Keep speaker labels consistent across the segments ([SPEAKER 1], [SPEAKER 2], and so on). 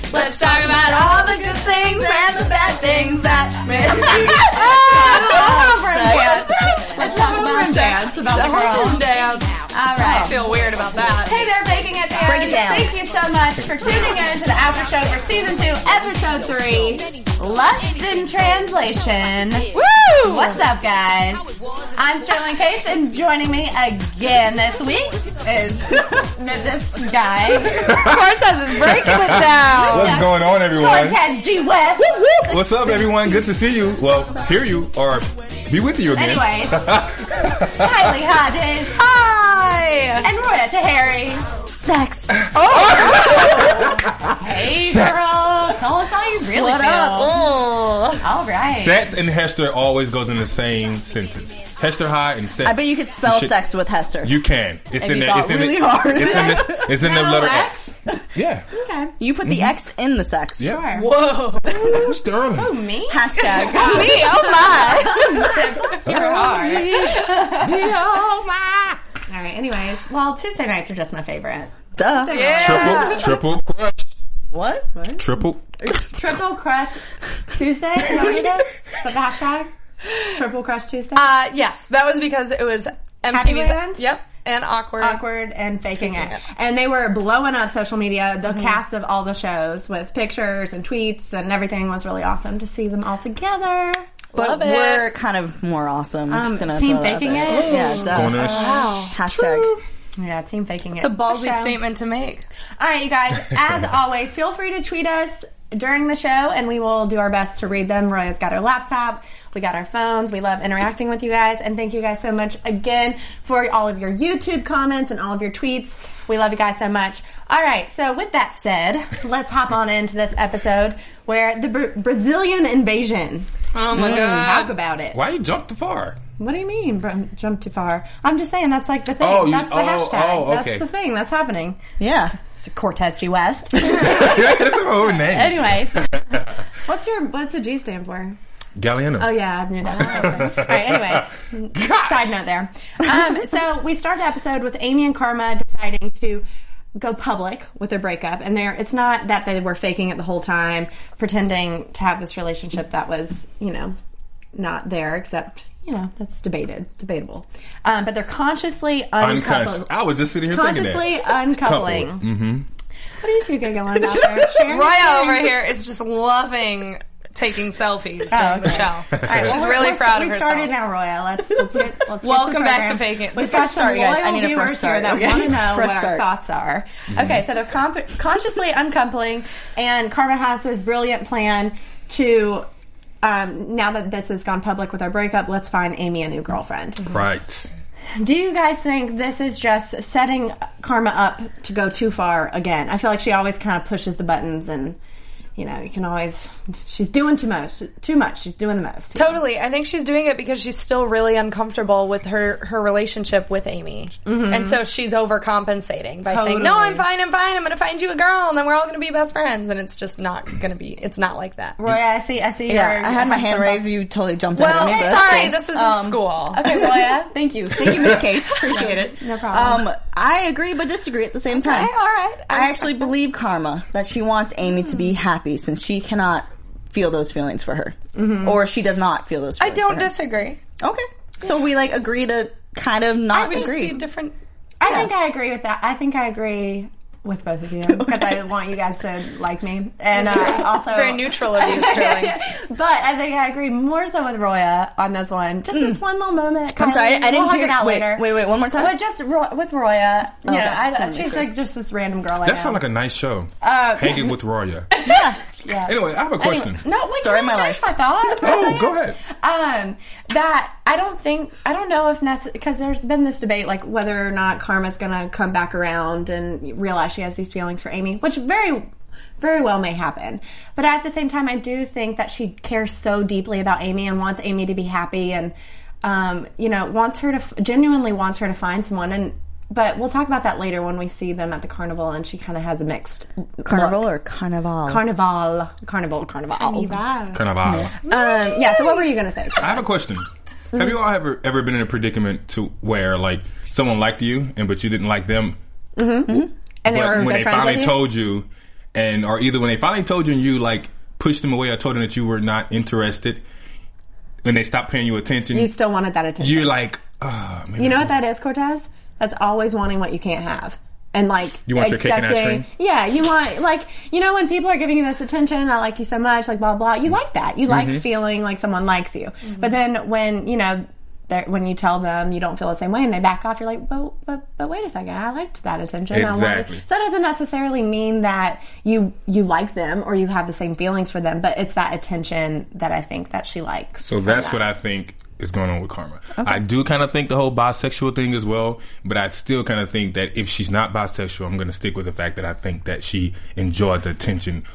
[SPEAKER 1] Let's talk about all the good things and the bad things that make us Let's talk about dance about the world. dance. All right. I feel weird about that.
[SPEAKER 2] Hey there, Baking It Down.
[SPEAKER 1] Oh. Break it down.
[SPEAKER 2] Thank you so much for tuning in to the after show for season two, episode three, Lust in Translation. Woo! What's up, guys? I'm Sterling Case, and joining me again this week is this guy,
[SPEAKER 1] Cortez is breaking it down.
[SPEAKER 3] What's going on, everyone?
[SPEAKER 2] Cortez G. West.
[SPEAKER 3] What's up, everyone? Good to see you. Well, hear you or be with you again.
[SPEAKER 2] Anyway, Kylie Hodges. Hi! And Roya Tahari. Sex. hey,
[SPEAKER 3] Oh! Sex.
[SPEAKER 2] girl. Tell us how you really
[SPEAKER 1] What
[SPEAKER 2] feel.
[SPEAKER 1] up?
[SPEAKER 2] All right.
[SPEAKER 3] Sex and Hester always goes in the same sentence. Hester High and sex.
[SPEAKER 4] I bet you could spell
[SPEAKER 3] should-
[SPEAKER 4] sex with Hester. You,
[SPEAKER 3] You can. It's
[SPEAKER 4] If
[SPEAKER 3] in
[SPEAKER 4] you
[SPEAKER 3] there. It's
[SPEAKER 4] thought
[SPEAKER 3] in
[SPEAKER 4] really
[SPEAKER 3] the,
[SPEAKER 4] hard.
[SPEAKER 3] It's in the. It's in the
[SPEAKER 2] Hello,
[SPEAKER 3] letter
[SPEAKER 2] Lex.
[SPEAKER 3] X. Yeah.
[SPEAKER 2] Okay.
[SPEAKER 4] put the X in the sex.
[SPEAKER 3] Mm-hmm. Yeah.
[SPEAKER 2] Sure.
[SPEAKER 1] Whoa.
[SPEAKER 3] Who's Sterling?
[SPEAKER 2] Me?
[SPEAKER 4] Hashtag.
[SPEAKER 1] Me, oh my.
[SPEAKER 2] You're hard. oh, All right. Anyways, well, Tuesday nights are just my favorite.
[SPEAKER 4] Duh.
[SPEAKER 3] Triple. Triple crush.
[SPEAKER 4] What?
[SPEAKER 3] Triple.
[SPEAKER 2] Triple crush Tuesday. Is that what you did? Is that the hashtag? Triple crush Tuesday.
[SPEAKER 1] Uh, yes, that was because it was
[SPEAKER 2] Happy
[SPEAKER 1] MTV's.
[SPEAKER 2] Land?
[SPEAKER 1] Yep, and awkward.
[SPEAKER 2] awkward and faking it. And they were blowing up social media, the cast of all the shows with pictures and tweets and everything was really awesome to see them all together.
[SPEAKER 4] But
[SPEAKER 1] Love it. Um,
[SPEAKER 4] we're kind of more awesome. I'm just gonna
[SPEAKER 2] team
[SPEAKER 4] throw that
[SPEAKER 2] faking
[SPEAKER 4] there.
[SPEAKER 2] it?
[SPEAKER 4] Yeah, duh.
[SPEAKER 3] Going in.
[SPEAKER 4] Hashtag.
[SPEAKER 2] Yeah, team faking
[SPEAKER 1] It's a
[SPEAKER 2] it.
[SPEAKER 1] ballsy
[SPEAKER 2] Show.
[SPEAKER 1] statement to make.
[SPEAKER 2] All right, you guys, as always, feel free to tweet us during the show and we will do our best to read them. Roya's got her laptop, we got our phones. We love interacting with you guys and thank you guys so much again for all of your YouTube comments and all of your tweets. We love you guys so much. All right, so with that said, let's hop on into this episode where the Bra- Brazilian invasion. Mm,
[SPEAKER 1] Oh my
[SPEAKER 2] Talk
[SPEAKER 1] god.
[SPEAKER 2] about it.
[SPEAKER 3] Why you jumped too far?
[SPEAKER 2] What do you mean, br- jump too far? I'm just saying that's like the thing.
[SPEAKER 3] Oh, you-
[SPEAKER 2] that's the
[SPEAKER 3] oh,
[SPEAKER 2] hashtag.
[SPEAKER 3] oh, okay.
[SPEAKER 2] That's the thing that's happening.
[SPEAKER 4] Yeah.
[SPEAKER 2] It's Cortez G. West.
[SPEAKER 3] That's a whole name.
[SPEAKER 2] Anyways, what's your what's the G stand for?
[SPEAKER 3] Galliano.
[SPEAKER 2] Oh yeah, I knew that. All right. Anyways, side note there. Um, so we start the episode with Amy and Karma deciding to go public with their breakup, and there it's not that they were faking it the whole time, pretending to have this relationship that was you know not there, except you know that's debated, debatable. Um, but they're consciously
[SPEAKER 3] Unconscious.
[SPEAKER 2] uncoupling.
[SPEAKER 3] I was just sitting here thinking
[SPEAKER 2] Consciously
[SPEAKER 3] that.
[SPEAKER 2] uncoupling.
[SPEAKER 3] Coupled.
[SPEAKER 2] What are you two giggling about there? Sharon?
[SPEAKER 1] Roya over here is just loving taking selfies during the
[SPEAKER 2] okay.
[SPEAKER 1] show.
[SPEAKER 2] All right,
[SPEAKER 1] She's
[SPEAKER 2] well,
[SPEAKER 1] really
[SPEAKER 2] we're-
[SPEAKER 1] proud of
[SPEAKER 2] we
[SPEAKER 1] herself.
[SPEAKER 2] started now, Roya. Let's, let's get let's get
[SPEAKER 1] Welcome
[SPEAKER 2] the
[SPEAKER 1] back
[SPEAKER 2] program.
[SPEAKER 1] to Faking It.
[SPEAKER 2] We've
[SPEAKER 1] Fresh
[SPEAKER 2] got some
[SPEAKER 4] start, you guys. I
[SPEAKER 2] loyal
[SPEAKER 4] need a fresh
[SPEAKER 2] viewers here
[SPEAKER 4] start.
[SPEAKER 2] that
[SPEAKER 4] Okay.
[SPEAKER 2] want to know
[SPEAKER 4] Fresh
[SPEAKER 2] what our
[SPEAKER 4] start. Mm-hmm.
[SPEAKER 2] thoughts are. Okay, so they're comp- consciously uncoupling, and Karma has this brilliant plan to. Um, now that this has gone public with our breakup, let's find Amy a new girlfriend.
[SPEAKER 3] Right.
[SPEAKER 2] Do you guys think this is just setting Karma up to go too far again? I feel like she always kind of pushes the buttons, and you know, you can always she's doing too much, too much. She's doing the most.
[SPEAKER 1] Totally. I think she's doing it because she's still really uncomfortable with her, her relationship with Amy. And so she's overcompensating by saying, No, I'm fine, I'm fine, I'm gonna find you a girl and then we're all gonna be best friends and it's just not gonna be it's not like that.
[SPEAKER 2] Roy, I see. I see.
[SPEAKER 4] Yeah.
[SPEAKER 2] your-
[SPEAKER 4] I had my hand raised. You totally jumped
[SPEAKER 1] Well,
[SPEAKER 4] in.
[SPEAKER 1] sorry, this isn't school.
[SPEAKER 2] Okay, Roya.
[SPEAKER 4] Thank you. Thank you, Miss Kate. Appreciate it.
[SPEAKER 2] No problem.
[SPEAKER 4] Um, I agree but disagree at the same time.
[SPEAKER 1] all right.
[SPEAKER 4] I actually believe Karma that she wants Amy to
[SPEAKER 1] Hmm.
[SPEAKER 4] be happy since she cannot feel those feelings for her. Or she does not feel those
[SPEAKER 1] Mm-hmm. I
[SPEAKER 4] feelings.
[SPEAKER 1] don't
[SPEAKER 4] for her.
[SPEAKER 1] disagree.
[SPEAKER 4] Okay. So we like agree to kind of
[SPEAKER 1] I
[SPEAKER 4] not
[SPEAKER 1] would just
[SPEAKER 4] agree.
[SPEAKER 1] see different
[SPEAKER 2] I think I agree with that. I think I agree with both of you because I want you guys to like me, and uh, also
[SPEAKER 1] very neutral of you, Sterling.
[SPEAKER 2] But I think I agree more so with Roya on this one. Just this one little moment.
[SPEAKER 4] Mm. I'm sorry, I- I
[SPEAKER 2] Kylie.
[SPEAKER 4] didn't
[SPEAKER 2] we'll
[SPEAKER 4] hear-
[SPEAKER 2] hug it out
[SPEAKER 4] wait,
[SPEAKER 2] later.
[SPEAKER 4] wait, wait, one more time? Oh,
[SPEAKER 2] But just Ro- with Roya, you know,
[SPEAKER 4] Okay, just
[SPEAKER 2] I,
[SPEAKER 4] wanna make
[SPEAKER 2] she's
[SPEAKER 4] sure.
[SPEAKER 2] like just this random girl.
[SPEAKER 3] That
[SPEAKER 2] I know.
[SPEAKER 4] Uh,
[SPEAKER 3] sounds like a nice show. Hanging with Roya.
[SPEAKER 4] yeah.
[SPEAKER 2] Yeah.
[SPEAKER 3] Anyway, I have a
[SPEAKER 2] Anyway,
[SPEAKER 3] question.
[SPEAKER 2] no, wait,
[SPEAKER 4] Story
[SPEAKER 2] can
[SPEAKER 4] of
[SPEAKER 2] I
[SPEAKER 4] my
[SPEAKER 2] finish
[SPEAKER 4] life.
[SPEAKER 2] my thought?
[SPEAKER 3] Oh, go ahead.
[SPEAKER 2] Um, that I don't think I don't know if necessary because there's been this debate like whether or not Karma's gonna come back around and realize she has these feelings for Amy, which very very well may happen. But at the same time, I do think that she cares so deeply about Amy and wants Amy to be happy and um, you know wants her to f- genuinely wants her to find someone and. But we'll talk about that later when we see them at the carnival, and she kind of has a mixed
[SPEAKER 4] Carnival
[SPEAKER 2] look.
[SPEAKER 4] or carnival?
[SPEAKER 2] carnival, carnival, carnival.
[SPEAKER 3] Carnival.
[SPEAKER 2] Um, yeah. So what were you gonna say?
[SPEAKER 3] I have a question. Have you all ever ever been in a predicament to where like someone liked you and but you didn't like them?
[SPEAKER 2] And they
[SPEAKER 3] but
[SPEAKER 2] were good
[SPEAKER 3] when they
[SPEAKER 2] friends
[SPEAKER 3] finally
[SPEAKER 2] with you?
[SPEAKER 3] told you, and or either when they finally told you and you like pushed them away or told them that you were not interested, when they stopped paying you attention,
[SPEAKER 2] You still wanted that attention.
[SPEAKER 3] you're like, ah, maybe
[SPEAKER 2] you know what that is, Cortez? That's always wanting what you can't have. And like
[SPEAKER 3] You want your cake and ice cream?
[SPEAKER 2] Yeah, you want like you know when people are giving you this attention, I like you so much, like blah blah. You
[SPEAKER 3] Mm-hmm.
[SPEAKER 2] like that. You like feeling like someone likes you. But then when you know they're- when you tell them you don't feel the same way and they back off, you're like, but but but wait a second, I liked that attention. I wanted-"
[SPEAKER 3] Exactly.
[SPEAKER 2] So that doesn't necessarily mean that you you like them or you have the same feelings for them, but it's that attention that I think that she likes.
[SPEAKER 3] So that's what I think is going on with Karma. I do kind of think the whole bisexual thing as well, but I still kind of think that if she's not bisexual, I'm going to stick with the fact that I think that she enjoyed the attention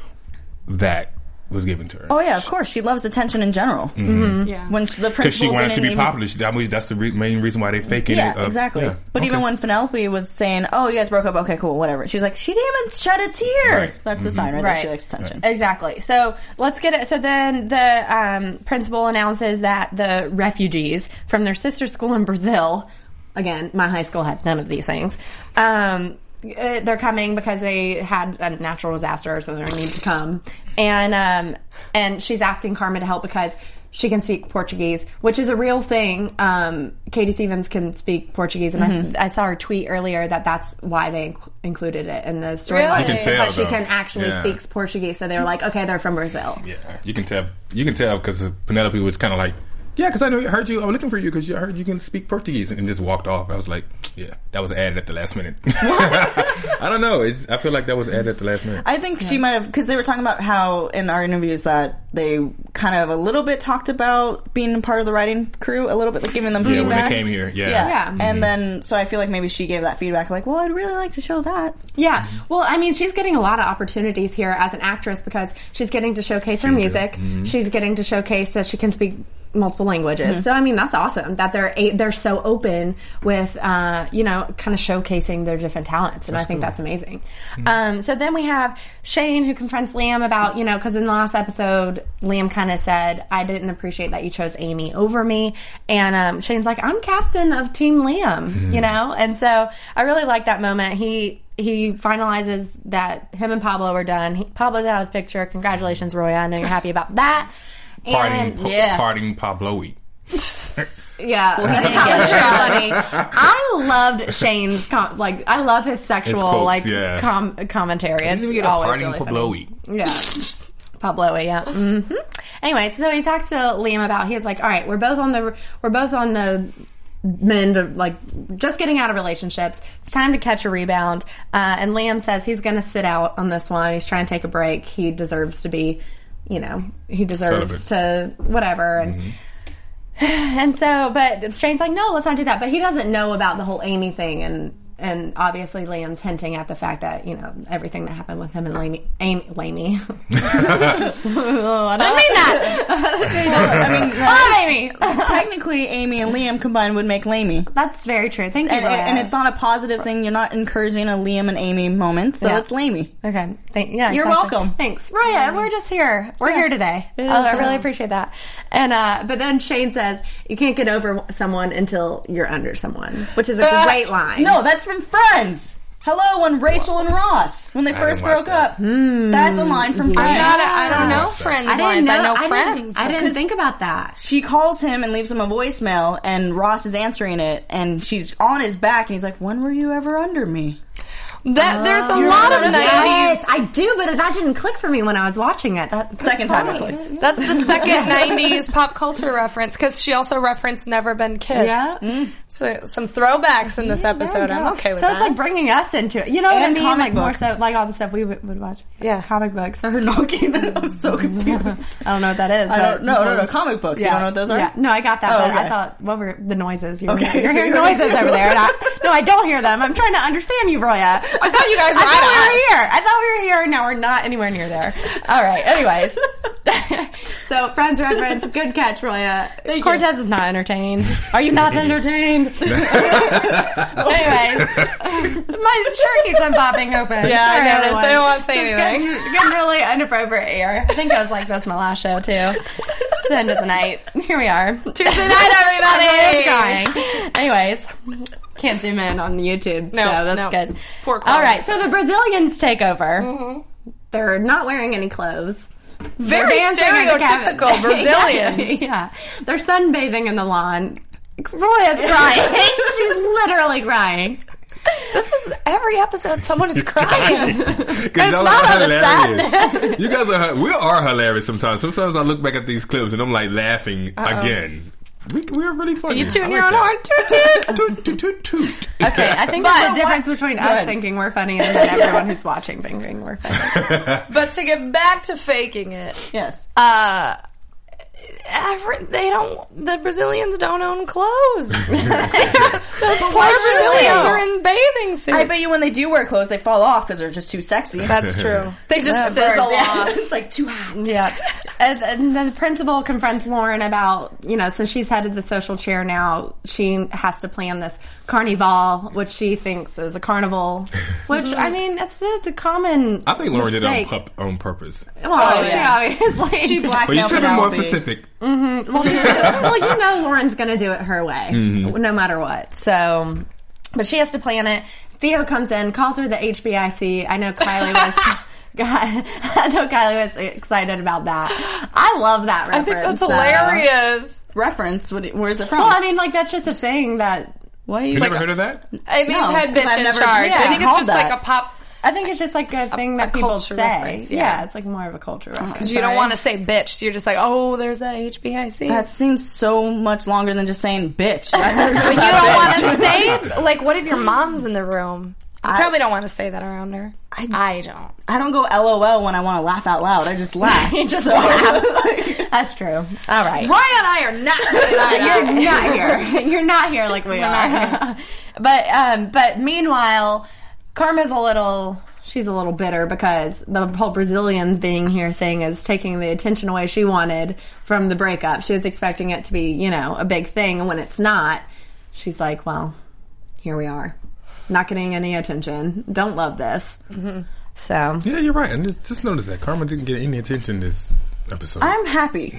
[SPEAKER 3] that was given to her.
[SPEAKER 4] Oh yeah, of course. She loves attention in general. Mm-hmm.
[SPEAKER 2] Yeah.
[SPEAKER 4] When she, the principal
[SPEAKER 3] Because she wanted to
[SPEAKER 4] didn't
[SPEAKER 3] be
[SPEAKER 4] even-
[SPEAKER 3] popular. She, I mean, that's the re- main reason why they faking
[SPEAKER 4] Yeah,
[SPEAKER 3] it. up.
[SPEAKER 4] exactly.
[SPEAKER 3] Yeah.
[SPEAKER 4] But even
[SPEAKER 3] Okay.
[SPEAKER 4] when Penelope was saying, "Oh, you guys broke up. Okay, cool, whatever," she's like, "She didn't even shed a tear."
[SPEAKER 3] Right. Mm-hmm.
[SPEAKER 4] That's the sign, right? That she
[SPEAKER 2] Right.
[SPEAKER 4] likes attention.
[SPEAKER 2] Exactly. So let's get it. So then the um, principal announces that the refugees from their sister school in Brazil, again, my high school had none of these things. Um, uh, they're coming because they had a natural disaster, so they need to come. And um, and she's asking Karma to help because she can speak Portuguese, which is a real thing. Um, Katie Stevens can speak Portuguese, and I, I saw her tweet earlier that that's why they inc- included it in the storyline.
[SPEAKER 1] You can
[SPEAKER 3] tell,
[SPEAKER 2] because she
[SPEAKER 3] though.
[SPEAKER 2] can actually
[SPEAKER 3] Yeah.
[SPEAKER 2] speak Portuguese, so they're like, okay, they're from Brazil.
[SPEAKER 3] Yeah, you can tell. You can tell because Penelope was kind of like, yeah, because I knew, heard you. I was looking for you because I heard you can speak Portuguese and just walked off. I was like, yeah, that was added at the last minute. I don't know. It's, I feel like that was added at the last minute.
[SPEAKER 4] I think she might have because they were talking about how in our interviews that they kind of a little bit talked about being part of the writing crew a little bit, like giving them
[SPEAKER 3] yeah,
[SPEAKER 4] feedback.
[SPEAKER 3] when they came here. Yeah. Mm-hmm.
[SPEAKER 4] Yeah,
[SPEAKER 2] Yeah.
[SPEAKER 4] and then so I feel like maybe she gave that feedback, like, "Well, I'd really like to show that."
[SPEAKER 2] Yeah. Well, I mean, she's getting a lot of opportunities here as an actress because she's getting to showcase her music.
[SPEAKER 3] Mm-hmm.
[SPEAKER 2] She's getting to showcase that she can speak multiple languages. So, I mean, that's awesome that they're a- they're so open with, uh, you know, kind of showcasing their different talents, and I think that's amazing.
[SPEAKER 3] Mm-hmm.
[SPEAKER 2] Um, so then we have Shane who confronts Liam about, you know, because in the last episode, Liam kind of said, "I didn't appreciate that you chose Amy over me," and um, Shane's like, "I'm captain of Team Liam,"
[SPEAKER 3] Hmm.
[SPEAKER 2] you know, and so I really like that moment. He he finalizes that him and Pablo are done. He, Pablo's out of the picture. Congratulations, Roy. I know you're happy about that.
[SPEAKER 3] Parting,
[SPEAKER 2] And
[SPEAKER 3] pa-
[SPEAKER 4] yeah.
[SPEAKER 3] parting Pablo.
[SPEAKER 2] yeah, that was funny. I loved Shane's com- like I love his sexual
[SPEAKER 3] quotes,
[SPEAKER 2] like
[SPEAKER 3] yeah.
[SPEAKER 2] com- commentary. It's always
[SPEAKER 3] parting
[SPEAKER 2] really
[SPEAKER 3] Pablo.
[SPEAKER 2] funny. Yeah. Pablo, yeah. hmm Anyway, so he talks to Liam about he's like, all right, we're both on the we're both on the mend of like just getting out of relationships. It's time to catch a rebound. Uh, and Liam says he's going to sit out on this one. He's trying to take a break. He deserves to be, you know, he deserves to whatever and. And so, but Shane's like, no, let's not do that. But he doesn't know about the whole Amy thing, and and obviously Liam's hinting at the fact that you know everything that happened with him and Amy, Amy, Amy. oh, I don't mean that.
[SPEAKER 4] I mean,
[SPEAKER 2] oh, Amy.
[SPEAKER 4] technically, Amy and Liam combined would make Lamey.
[SPEAKER 2] That's very true. Thank you.
[SPEAKER 4] and, and
[SPEAKER 2] Raya.
[SPEAKER 4] it's not a positive thing. You're not encouraging a Liam and Amy moment, so
[SPEAKER 2] Yeah.
[SPEAKER 4] it's lamey.
[SPEAKER 2] Okay. Thank, yeah,
[SPEAKER 4] You're
[SPEAKER 2] exactly.
[SPEAKER 4] welcome.
[SPEAKER 2] Thanks, Raya. We're just here. We're here today. Oh, I really appreciate that. And uh, but then Shane says you can't get over someone until you're under someone, which is a great line.
[SPEAKER 4] No, that's from Friends. Hello, when Rachel and Ross, when they first
[SPEAKER 3] watch
[SPEAKER 4] broke
[SPEAKER 3] that.
[SPEAKER 4] up, that's a line from Friends.
[SPEAKER 1] Hmm. I'm not. A, I don't know
[SPEAKER 3] Yes.
[SPEAKER 1] friends
[SPEAKER 2] I didn't
[SPEAKER 1] lines.
[SPEAKER 2] know.
[SPEAKER 1] I know
[SPEAKER 2] I
[SPEAKER 1] friends.
[SPEAKER 2] Didn't, I didn't think about that.
[SPEAKER 4] she calls him and leaves him a voicemail, and Ross is answering it, and she's on his back, and he's like, "When were you ever under me?"
[SPEAKER 1] That there's a lot of nineties.
[SPEAKER 2] Yes, I do, but that didn't click for me when I was watching it. That
[SPEAKER 4] Second time it clicked.
[SPEAKER 1] That's the second '90s pop culture reference because she also referenced "Never Been Kissed." Mm.
[SPEAKER 2] Yeah.
[SPEAKER 1] So some throwbacks in this episode. I'm okay with
[SPEAKER 2] so
[SPEAKER 1] that.
[SPEAKER 2] it's like bringing us into it. You know what I
[SPEAKER 4] And
[SPEAKER 2] mean?
[SPEAKER 4] comic
[SPEAKER 2] like more
[SPEAKER 4] books.
[SPEAKER 2] so, like all the stuff we would, would watch.
[SPEAKER 1] Yeah.
[SPEAKER 2] comic books. I heard knocking. I'm so confused. I don't know what that is.
[SPEAKER 4] I
[SPEAKER 2] but-
[SPEAKER 4] don't no no no comic books. You don't know what those are?
[SPEAKER 2] Yeah. No, I got that.
[SPEAKER 4] Oh,
[SPEAKER 2] but
[SPEAKER 4] okay.
[SPEAKER 2] I thought what were the noises? You
[SPEAKER 4] Okay,
[SPEAKER 2] okay, you're
[SPEAKER 4] so
[SPEAKER 2] hearing
[SPEAKER 4] you heard it
[SPEAKER 2] noises
[SPEAKER 4] too.
[SPEAKER 2] over there. and I- no, I don't hear them. I'm trying to understand you, Roya.
[SPEAKER 1] I thought you guys were
[SPEAKER 2] I thought we
[SPEAKER 1] eye-to-eye.
[SPEAKER 2] were here. I thought we were here, and now we're not anywhere near there. All right. Anyways, so friends reference. Good catch, Roya.
[SPEAKER 4] you.
[SPEAKER 2] Cortez is not entertained. Are you not entertained? Anyways, my shirt keeps on popping open.
[SPEAKER 1] Yeah, I noticed.
[SPEAKER 2] everyone.
[SPEAKER 1] I don't wanna say
[SPEAKER 2] It's
[SPEAKER 1] anything.
[SPEAKER 2] Getting, getting really inappropriate here. I think I was like this my last show too. It's the end of the night. Here we are.
[SPEAKER 1] Tuesday night, everybody.
[SPEAKER 2] I'm really crying. Anyways, can't zoom in on YouTube,
[SPEAKER 1] No,
[SPEAKER 2] so that's
[SPEAKER 1] no.
[SPEAKER 2] good.
[SPEAKER 1] Poor Mm-hmm.
[SPEAKER 2] All
[SPEAKER 1] quality.
[SPEAKER 2] right, so the Brazilians take over. They're not wearing any clothes. They're
[SPEAKER 1] Very
[SPEAKER 2] dancing in the
[SPEAKER 1] stereotypical
[SPEAKER 2] cabin.
[SPEAKER 1] Brazilians.
[SPEAKER 2] yeah, they're sunbathing in the lawn. Roya's crying. She's literally crying.
[SPEAKER 1] This is every episode. Someone is crying.
[SPEAKER 3] Cause y'all
[SPEAKER 1] not
[SPEAKER 3] are
[SPEAKER 1] out of
[SPEAKER 3] hilarious. You guys are, we are hilarious sometimes. Sometimes I look back at these clips and I'm like laughing again. We, we're really funny.
[SPEAKER 1] You
[SPEAKER 3] I
[SPEAKER 1] tune
[SPEAKER 3] like
[SPEAKER 1] your own
[SPEAKER 3] that.
[SPEAKER 1] horn, toot toot.
[SPEAKER 3] Toot, toot, toot, toot.
[SPEAKER 2] Okay, I think
[SPEAKER 1] But
[SPEAKER 2] there's a
[SPEAKER 1] what-
[SPEAKER 2] difference between us
[SPEAKER 4] ahead.
[SPEAKER 2] thinking we're funny and then everyone who's watching thinking we're funny.
[SPEAKER 1] But to get back to faking it,
[SPEAKER 4] Yes.
[SPEAKER 1] uh, every, they don't. The Brazilians don't own clothes. Those poor Brazilians
[SPEAKER 4] they?
[SPEAKER 1] are in bathing suits.
[SPEAKER 4] I bet you when they do wear clothes, they fall off because they're just too sexy.
[SPEAKER 1] That's true. They just
[SPEAKER 4] Yeah,
[SPEAKER 1] sizzle
[SPEAKER 4] burn down.
[SPEAKER 1] off.
[SPEAKER 4] it's like too hot.
[SPEAKER 2] Yeah. And, and then the principal confronts Lauren about, you know, since she's head of the social chair now, she has to plan this carnival, which she thinks is a carnival. Which,
[SPEAKER 4] Mm-hmm.
[SPEAKER 2] I mean, that's, that's a common.
[SPEAKER 3] I think Lauren did it on,
[SPEAKER 2] mistake.
[SPEAKER 3] pup, on purpose.
[SPEAKER 2] Well,
[SPEAKER 4] Oh, yeah.
[SPEAKER 2] she obviously.
[SPEAKER 4] She
[SPEAKER 2] did.
[SPEAKER 4] blacked
[SPEAKER 3] But you
[SPEAKER 4] out
[SPEAKER 3] should have been more
[SPEAKER 4] Penelope.
[SPEAKER 3] specific.
[SPEAKER 2] well, she- well, you know, Lauren's going to do it her way, no matter what. So, but she has to plan it. Theo comes in, calls her the HBIC. I know Kylie was. God, I know Kylie was excited about that. I love that
[SPEAKER 1] I
[SPEAKER 2] reference.
[SPEAKER 1] think that's
[SPEAKER 2] though.
[SPEAKER 1] hilarious.
[SPEAKER 4] Reference. What, where is it from?
[SPEAKER 2] Well, I mean, like that's just a thing that
[SPEAKER 4] Why are you
[SPEAKER 3] You never heard of that?
[SPEAKER 1] It means
[SPEAKER 4] No,
[SPEAKER 1] head
[SPEAKER 4] because
[SPEAKER 1] bitch
[SPEAKER 4] I've
[SPEAKER 1] in
[SPEAKER 4] never-
[SPEAKER 1] charge.
[SPEAKER 4] yeah,
[SPEAKER 1] I think it's
[SPEAKER 4] called
[SPEAKER 1] just
[SPEAKER 4] that.
[SPEAKER 1] like a pop.
[SPEAKER 2] I think it's just like a thing that
[SPEAKER 1] a
[SPEAKER 2] people
[SPEAKER 1] culture
[SPEAKER 2] say.
[SPEAKER 1] reference, yeah. Uh-huh.
[SPEAKER 2] yeah. it's like more of a culture reference.
[SPEAKER 1] You don't
[SPEAKER 2] Sorry.
[SPEAKER 1] want to say bitch. So you're just like, oh, there's that HBIC.
[SPEAKER 4] That seems so much longer than just saying bitch. but
[SPEAKER 1] but you don't want to say like, what if your mom's in the room? You probably don't want to say that around her. I, don't.
[SPEAKER 4] I don't go LOL when I want to laugh out loud. I just laugh.
[SPEAKER 2] just laugh. That's true. All right.
[SPEAKER 1] Roy and I are not. saying that.
[SPEAKER 2] You're not here. You're not here like we are. but um, but meanwhile, Karma's a little. She's a little bitter because the whole Brazilians being here thing is taking the attention away she wanted from the breakup. She was expecting it to be, you know, a big thing, and when it's not, she's like, "Well, here we are, not getting any attention. Don't love this." Mm-hmm. So
[SPEAKER 3] Yeah, you're right. And just, just notice that Karma didn't get any attention this episode.
[SPEAKER 4] I'm happy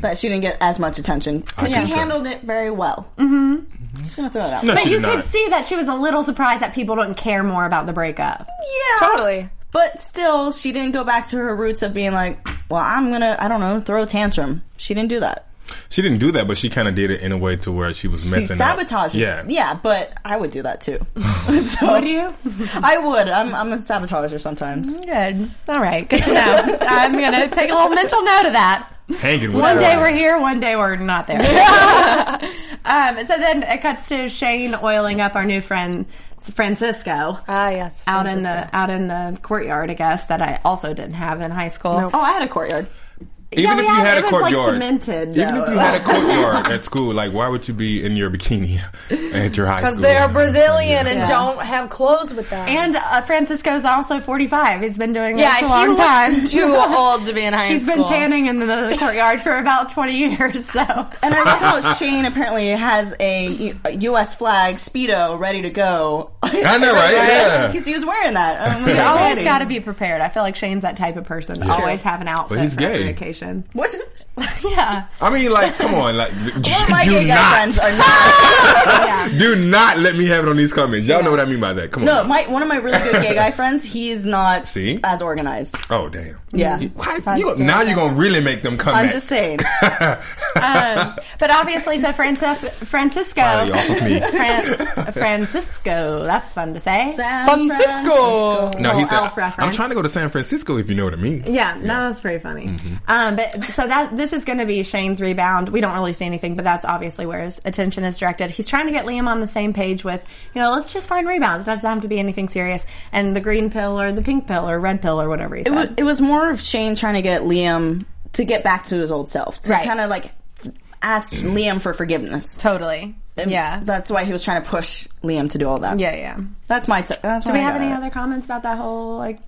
[SPEAKER 4] that she didn't get as much attention because
[SPEAKER 3] I
[SPEAKER 4] she
[SPEAKER 3] think so.
[SPEAKER 4] handled it very well. Mm-hmm. Just gonna throw it out.
[SPEAKER 3] no,
[SPEAKER 4] there.
[SPEAKER 2] But
[SPEAKER 3] she
[SPEAKER 2] you
[SPEAKER 3] did not.
[SPEAKER 2] could see that she was a little surprised that people didn't care more about the breakup.
[SPEAKER 4] Yeah,
[SPEAKER 1] Totally.
[SPEAKER 4] But still, she didn't go back to her roots of being like, "Well, I'm gonna, I don't know, throw a tantrum." She didn't do that.
[SPEAKER 3] She didn't do that, but she kind of did it in a way to where she was
[SPEAKER 4] She
[SPEAKER 3] messing up.
[SPEAKER 4] sabotaged. it.
[SPEAKER 3] Yeah.
[SPEAKER 4] yeah. But I would do that too.
[SPEAKER 2] Would you?
[SPEAKER 4] I would. I'm, I'm a sabotager sometimes.
[SPEAKER 2] Good. All right. Good to know. I'm going to take a little mental note of that.
[SPEAKER 3] Hanging with
[SPEAKER 2] One
[SPEAKER 3] her.
[SPEAKER 2] day we're here, one day we're not there. um, so then it cuts to Shane oiling up our new friend Francisco
[SPEAKER 1] Ah, yes.
[SPEAKER 2] out in the out in the courtyard, I guess that I also didn't have in high school.
[SPEAKER 4] Oh, I had a courtyard.
[SPEAKER 3] Even
[SPEAKER 2] we
[SPEAKER 3] if you
[SPEAKER 2] had-
[SPEAKER 3] had
[SPEAKER 2] it
[SPEAKER 3] a
[SPEAKER 2] was, like,
[SPEAKER 3] courtyard.
[SPEAKER 2] cemented,
[SPEAKER 3] even if
[SPEAKER 2] though.
[SPEAKER 3] you had a courtyard at school, like why would you be in your bikini at your high school?
[SPEAKER 1] Because they're Brazilian and
[SPEAKER 4] Yeah.
[SPEAKER 1] don't have clothes with them.
[SPEAKER 2] And uh, Francisco's also 45. He's been doing
[SPEAKER 1] yeah,
[SPEAKER 2] this a
[SPEAKER 1] he
[SPEAKER 2] long
[SPEAKER 1] looked
[SPEAKER 2] time.
[SPEAKER 1] too old to be in high
[SPEAKER 2] He's
[SPEAKER 1] school.
[SPEAKER 2] been tanning in the courtyard for about 20 years, so.
[SPEAKER 4] And I love how Shane apparently has a U- a U.S. flag speedo ready to go.
[SPEAKER 3] I know, right? Yeah.
[SPEAKER 4] Because he was wearing that. Um,
[SPEAKER 2] You always got to be prepared. I feel like Shane's that type of person. to Always have an outfit
[SPEAKER 3] he's
[SPEAKER 2] for
[SPEAKER 3] gay.
[SPEAKER 2] every occasion.
[SPEAKER 4] What?
[SPEAKER 2] yeah.
[SPEAKER 3] I mean, like, come on, like,
[SPEAKER 4] My
[SPEAKER 3] do
[SPEAKER 4] gay guy friends
[SPEAKER 3] not,
[SPEAKER 4] are not.
[SPEAKER 3] do not let me have it on these comments. Y'all know what I mean by that. Come on.
[SPEAKER 4] No, my one of my really good gay guy friends, he is not
[SPEAKER 3] See?
[SPEAKER 4] as organized.
[SPEAKER 3] oh damn.
[SPEAKER 4] Yeah.
[SPEAKER 3] You- why- you- now you're gonna really make them come.
[SPEAKER 4] I'm
[SPEAKER 3] back.
[SPEAKER 4] just saying.
[SPEAKER 2] Um, but obviously, so Francis, Francisco.
[SPEAKER 3] Wow, y'all with me.
[SPEAKER 2] Fran- Francisco. That's fun to say.
[SPEAKER 1] Francisco.
[SPEAKER 3] No, he
[SPEAKER 2] Little
[SPEAKER 3] said,
[SPEAKER 2] elf
[SPEAKER 3] I'm
[SPEAKER 2] reference.
[SPEAKER 3] trying to go to San Francisco if you know what I mean.
[SPEAKER 2] Yeah, that was pretty funny.
[SPEAKER 3] Mm-hmm.
[SPEAKER 2] Um, but so that this is going to be Shane's rebound. We don't really see anything, but that's obviously where his attention is directed. He's trying to get Liam on the same page with, you know, let's just find rebounds. It doesn't have to be anything serious. And the green pill or the pink pill or red pill or whatever he
[SPEAKER 4] It,
[SPEAKER 2] said.
[SPEAKER 4] wa- it was more of Shane trying to get Liam to get back to his old self. To
[SPEAKER 2] Right.
[SPEAKER 4] kind of like ask
[SPEAKER 3] Mm.
[SPEAKER 4] Liam for forgiveness.
[SPEAKER 2] totally.
[SPEAKER 4] And
[SPEAKER 2] yeah.
[SPEAKER 4] That's why he was trying to push Liam to do all that.
[SPEAKER 2] yeah. Yeah.
[SPEAKER 4] That's my. T- that's
[SPEAKER 2] Do we have any other comments about that whole like?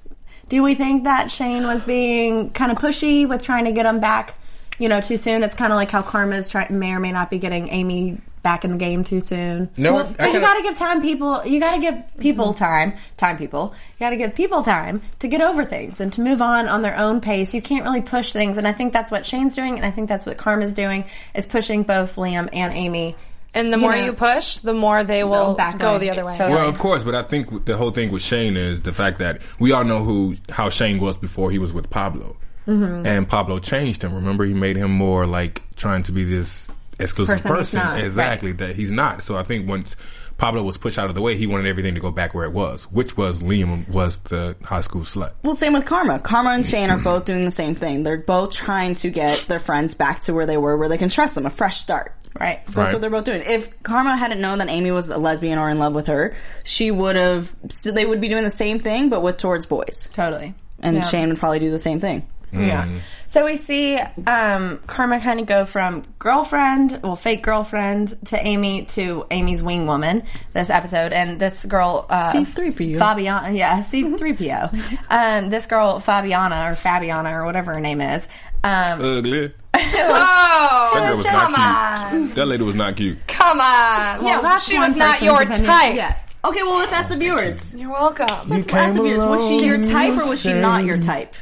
[SPEAKER 2] Do we think that Shane was being kind of pushy with trying to get him back? You know, too soon. It's kind of like how Karma is try- may or may not be getting Amy back in the game too soon. Mm-hmm.
[SPEAKER 3] No, I
[SPEAKER 2] but you
[SPEAKER 3] kinda-
[SPEAKER 2] gotta give time people. You gotta give people time. Time people. You gotta give people time to get over things and to move on on their own pace. You can't really push things, and I think that's what Shane's doing, and I think that's what Karma's doing is pushing both Liam and Amy.
[SPEAKER 1] And the more
[SPEAKER 2] know.
[SPEAKER 1] you push, the more they will
[SPEAKER 2] back
[SPEAKER 1] go
[SPEAKER 2] away.
[SPEAKER 1] the other way.
[SPEAKER 2] Totally.
[SPEAKER 3] Well, of course, but I think the whole thing with Shane is the fact that we all know who how Shane was before he was with Pablo, and Pablo changed him. Remember, he made him more like trying to be this exclusive person,
[SPEAKER 2] Person he's not, right.
[SPEAKER 3] exactly that he's not. So I think once Pablo was pushed out of the way, he wanted everything to go back where it was, which was Liam was the high school slut.
[SPEAKER 4] Well, same with Karma. Karma and Shane are both doing the same thing. They're both trying to get their friends back to where they were, where they can trust them, a fresh start.
[SPEAKER 2] Right.
[SPEAKER 4] So that's
[SPEAKER 3] Right.
[SPEAKER 4] what they're both doing. If Karma hadn't known that Amy was a lesbian or in love with her, she would have. So they would be doing the same thing, but with towards boys.
[SPEAKER 2] Totally.
[SPEAKER 4] And
[SPEAKER 2] Yeah.
[SPEAKER 4] Shane would probably do the same thing.
[SPEAKER 2] Yeah. So we see um, Karma kind of go from girlfriend, well, fake girlfriend, to Amy to Amy's wing woman this episode, and this girl uh,
[SPEAKER 4] C-3PO.
[SPEAKER 2] Fabiana, yeah, C three PO. Um, this girl Fabiana or Fabiana or whatever her name is.
[SPEAKER 1] Uh,
[SPEAKER 2] Um,
[SPEAKER 3] Ugly.
[SPEAKER 1] Oh,
[SPEAKER 3] That girl was
[SPEAKER 1] come
[SPEAKER 3] not
[SPEAKER 1] on.
[SPEAKER 3] cute. That lady was not cute.
[SPEAKER 1] Come on.
[SPEAKER 2] well, that's
[SPEAKER 1] she
[SPEAKER 2] one
[SPEAKER 1] was not
[SPEAKER 2] person's
[SPEAKER 1] your
[SPEAKER 2] opinion.
[SPEAKER 1] type.
[SPEAKER 2] Yeah.
[SPEAKER 4] Okay, well, let's ask the viewers.
[SPEAKER 1] You're welcome.
[SPEAKER 3] You
[SPEAKER 4] Ask the viewers. Was she your type or was she not your type?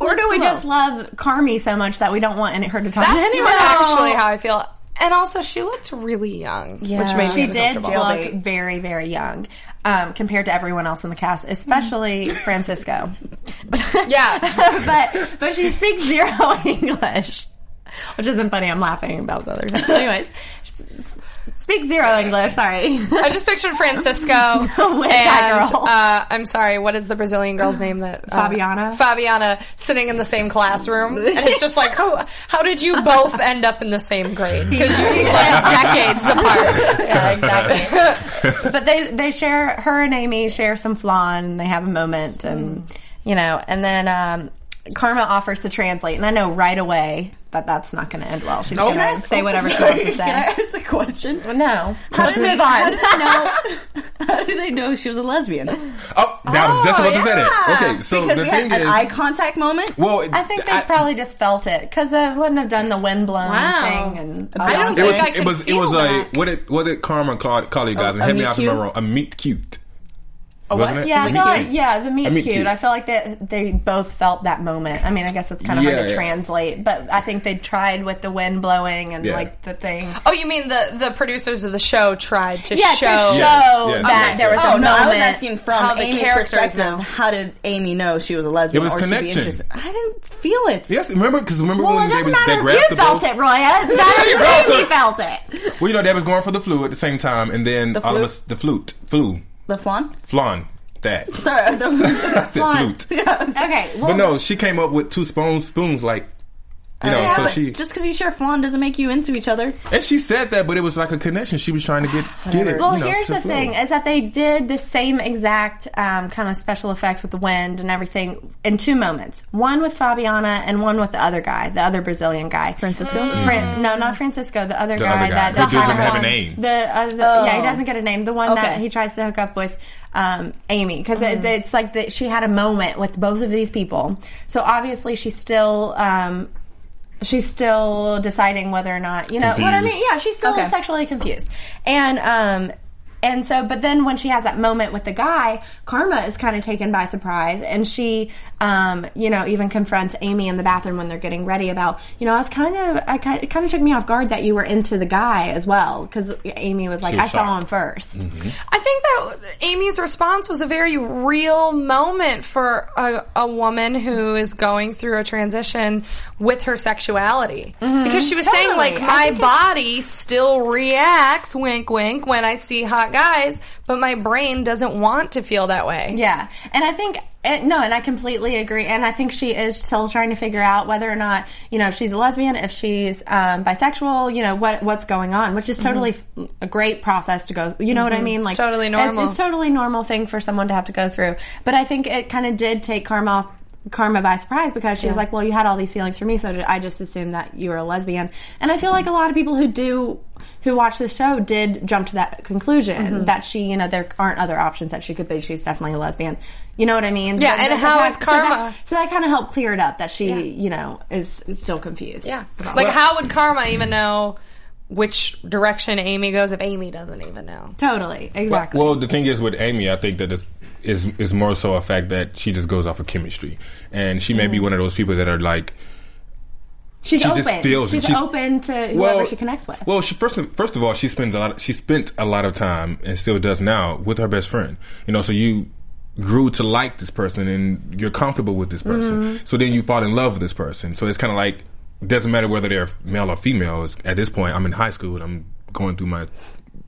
[SPEAKER 2] Or do we
[SPEAKER 4] Hello.
[SPEAKER 2] just love Carmi so much that we don't want any- her to talk
[SPEAKER 1] That's
[SPEAKER 2] to anyone?
[SPEAKER 1] actually how I feel. And also, she looked really young, which made me
[SPEAKER 2] she did
[SPEAKER 1] uncomfortable.
[SPEAKER 2] look very, very young um, compared to everyone else in the cast, especially Francisco.
[SPEAKER 1] Yeah.
[SPEAKER 2] but but she speaks zero English, which isn't funny. I'm laughing about the other things. Anyways, s- s- speak zero English. Sorry.
[SPEAKER 1] I just pictured Francisco
[SPEAKER 2] With that
[SPEAKER 1] and
[SPEAKER 2] girl.
[SPEAKER 1] uh, I'm sorry, what is the Brazilian girl's name that uh,
[SPEAKER 2] Fabiana?
[SPEAKER 1] Fabiana sitting in the same classroom, and it's just like, oh, how did you both end up in the same grade? Because you were like decades apart.
[SPEAKER 2] yeah, exactly. but they they share her and Amy share some flan, and they have a moment, and you know, and then. Um, Karma offers to translate, and I know right away that that's not going to end well. She's going
[SPEAKER 4] Can I
[SPEAKER 2] to
[SPEAKER 4] ask-
[SPEAKER 2] say
[SPEAKER 4] oh,
[SPEAKER 2] whatever she
[SPEAKER 4] sorry.
[SPEAKER 2] wants to
[SPEAKER 4] Can I
[SPEAKER 2] say.
[SPEAKER 4] ask a question?
[SPEAKER 2] No, let's
[SPEAKER 4] do they-
[SPEAKER 2] move on.
[SPEAKER 4] How do they know? How do they know she was a lesbian?
[SPEAKER 3] Oh, that was just about to say that.
[SPEAKER 1] yeah.
[SPEAKER 3] Okay, so
[SPEAKER 4] because
[SPEAKER 3] the
[SPEAKER 4] we had
[SPEAKER 3] thing
[SPEAKER 4] an
[SPEAKER 3] is,
[SPEAKER 4] eye contact moment.
[SPEAKER 3] well, it-
[SPEAKER 2] I think they probably just felt it because they wouldn't have done the windblown
[SPEAKER 4] Wow.
[SPEAKER 2] thing. And
[SPEAKER 4] I don't
[SPEAKER 3] It
[SPEAKER 4] think
[SPEAKER 3] was.
[SPEAKER 4] I
[SPEAKER 3] It was. It was like what did what did Karma call, call you guys?
[SPEAKER 4] a
[SPEAKER 3] and
[SPEAKER 2] Oh,
[SPEAKER 3] hit me
[SPEAKER 4] meet
[SPEAKER 3] out if I'm
[SPEAKER 4] cute?
[SPEAKER 3] wrong. A meet cute.
[SPEAKER 4] what?
[SPEAKER 3] Wasn't it?
[SPEAKER 2] Yeah, I
[SPEAKER 3] A meet
[SPEAKER 2] feel like
[SPEAKER 3] cute.
[SPEAKER 2] yeah, the meet,
[SPEAKER 3] A meet
[SPEAKER 2] cute.
[SPEAKER 3] cute.
[SPEAKER 2] I feel like that they both felt that moment. I mean, I guess it's kind of
[SPEAKER 3] Yeah,
[SPEAKER 2] hard to
[SPEAKER 3] yeah.
[SPEAKER 2] translate, but I think they tried with the wind blowing and
[SPEAKER 3] Yeah.
[SPEAKER 2] like the thing.
[SPEAKER 1] Oh, you mean the the producers of the show tried to
[SPEAKER 2] Yeah,
[SPEAKER 1] show?
[SPEAKER 2] to show
[SPEAKER 3] Yeah, yeah,
[SPEAKER 2] that
[SPEAKER 3] okay.
[SPEAKER 2] there was
[SPEAKER 4] Oh
[SPEAKER 2] a
[SPEAKER 4] no!
[SPEAKER 2] moment.
[SPEAKER 4] I was asking
[SPEAKER 1] how
[SPEAKER 4] from
[SPEAKER 1] the
[SPEAKER 4] Amy's
[SPEAKER 1] characters
[SPEAKER 4] perspective.
[SPEAKER 1] know.
[SPEAKER 4] How did Amy know she was a lesbian
[SPEAKER 3] It was
[SPEAKER 4] or she'd
[SPEAKER 3] connection.
[SPEAKER 4] be interested? I didn't feel it.
[SPEAKER 3] Yes, remember because remember
[SPEAKER 2] Well, it
[SPEAKER 3] when they,
[SPEAKER 2] doesn't
[SPEAKER 3] was,
[SPEAKER 2] matter
[SPEAKER 3] they
[SPEAKER 2] if
[SPEAKER 3] grabbed
[SPEAKER 2] you
[SPEAKER 3] the
[SPEAKER 2] felt
[SPEAKER 3] boat.
[SPEAKER 2] it, Roya. It
[SPEAKER 3] You
[SPEAKER 2] matters if
[SPEAKER 3] felt
[SPEAKER 2] Amy
[SPEAKER 3] it.
[SPEAKER 2] felt it.
[SPEAKER 3] Well, you know they was going for the flu at the same time, and then all of
[SPEAKER 4] flute?
[SPEAKER 3] us the flute, flu,
[SPEAKER 4] The flan.
[SPEAKER 3] flan, that.
[SPEAKER 4] Sorry, the,
[SPEAKER 3] I said flute.
[SPEAKER 2] Okay, well, Uh,
[SPEAKER 3] But no, she came up with two spoons, spoons like. You know,
[SPEAKER 4] yeah,
[SPEAKER 3] so
[SPEAKER 4] but
[SPEAKER 3] she
[SPEAKER 4] just because you share flan doesn't make you into each other.
[SPEAKER 3] and she said that, but it was like a connection. She was trying to get get it.
[SPEAKER 2] Well,
[SPEAKER 3] you know,
[SPEAKER 2] here's
[SPEAKER 3] to
[SPEAKER 2] the
[SPEAKER 3] flow.
[SPEAKER 2] thing: is that they did the same exact um, kind of special effects with the wind and everything in two moments. One with Fabiana and one with the other guy, the other Brazilian guy,
[SPEAKER 4] Francisco? Mm-hmm.
[SPEAKER 2] Fran- no, not Francisco. The other
[SPEAKER 3] The
[SPEAKER 2] guy,
[SPEAKER 3] other guy.
[SPEAKER 2] that
[SPEAKER 3] Who doesn't
[SPEAKER 2] hot
[SPEAKER 3] have a
[SPEAKER 2] one.
[SPEAKER 3] name.
[SPEAKER 2] The, other, yeah, he doesn't get a name. The one that
[SPEAKER 4] Oh. Okay. Mm-hmm.
[SPEAKER 2] he tries to hook up with. Um, Amy, because it, it's like that she had a moment with both of these people. So obviously, she's still um, she's still deciding whether or not you know what I mean.
[SPEAKER 3] Confused.
[SPEAKER 2] Yeah, she's still
[SPEAKER 4] Okay.
[SPEAKER 2] sexually confused, and um, And so, but then when she has that moment with the guy, Karma is kind of taken by surprise, and she, um, you know, even confronts Amy in the bathroom when they're getting ready about, you know, I was kind of, I ki- it kind of took me off guard that you were into the guy as well, because Amy was like,
[SPEAKER 3] was
[SPEAKER 2] I saw
[SPEAKER 3] shocked. Mm-hmm.
[SPEAKER 2] him 1st
[SPEAKER 1] I think that Amy's response was a very real moment for a, a woman who is going through a transition with her sexuality. Because she was saying,
[SPEAKER 2] Mm-hmm.
[SPEAKER 1] like,
[SPEAKER 2] Totally. I
[SPEAKER 1] my
[SPEAKER 2] think it-
[SPEAKER 1] body still reacts, wink, wink, when I see hot guys, but my brain doesn't want to feel that way.
[SPEAKER 2] Yeah, and I think and no, and I completely agree. And I think she is still trying to figure out whether or not you know if she's a lesbian, if she's um, bisexual, you know what what's going on, which is
[SPEAKER 1] Mm-hmm.
[SPEAKER 2] totally f a a great process to go. You know what I mean? Like
[SPEAKER 1] totally normal.
[SPEAKER 2] It's, it's totally normal thing for someone to have to go through. But I think it kind of did take karma off. Karma by surprise because she was like, "Well, you had all these feelings for me, so I just assumed that you were a lesbian." And I feel like a lot of people who do, who watch the show, did jump to that conclusion
[SPEAKER 1] Mm-hmm.
[SPEAKER 2] that she, you know, there aren't other options that she could be. She's definitely a lesbian. You know what I mean?
[SPEAKER 1] Yeah, and how is
[SPEAKER 2] so
[SPEAKER 1] karma-
[SPEAKER 2] That, so that kind of helped clear it up that she, you know, is, is still confused.
[SPEAKER 1] Yeah.
[SPEAKER 2] about
[SPEAKER 1] Like,
[SPEAKER 2] it.
[SPEAKER 1] how would Karma even know which direction Amy goes if Amy doesn't even know?
[SPEAKER 2] totally exactly.
[SPEAKER 3] Well, the thing is with Amy, I think that this is is more so a fact that she just goes off of chemistry, and she may
[SPEAKER 2] Mm.
[SPEAKER 3] be one of those people that are like.
[SPEAKER 2] she's
[SPEAKER 3] she
[SPEAKER 2] open.
[SPEAKER 3] just feels it.
[SPEAKER 2] she's
[SPEAKER 3] She's-
[SPEAKER 2] open to whoever she connects with.
[SPEAKER 3] Well, she first first of all, she spends a lot. She spent a lot of time and still does now with her best friend. You know, so you grew to like this person and you're comfortable with this person.
[SPEAKER 2] Mm-hmm.
[SPEAKER 3] So then you fall in love with this person. So it's kind of like doesn't matter whether they're male or female. It's, at this point, I'm in high school and I'm going through my.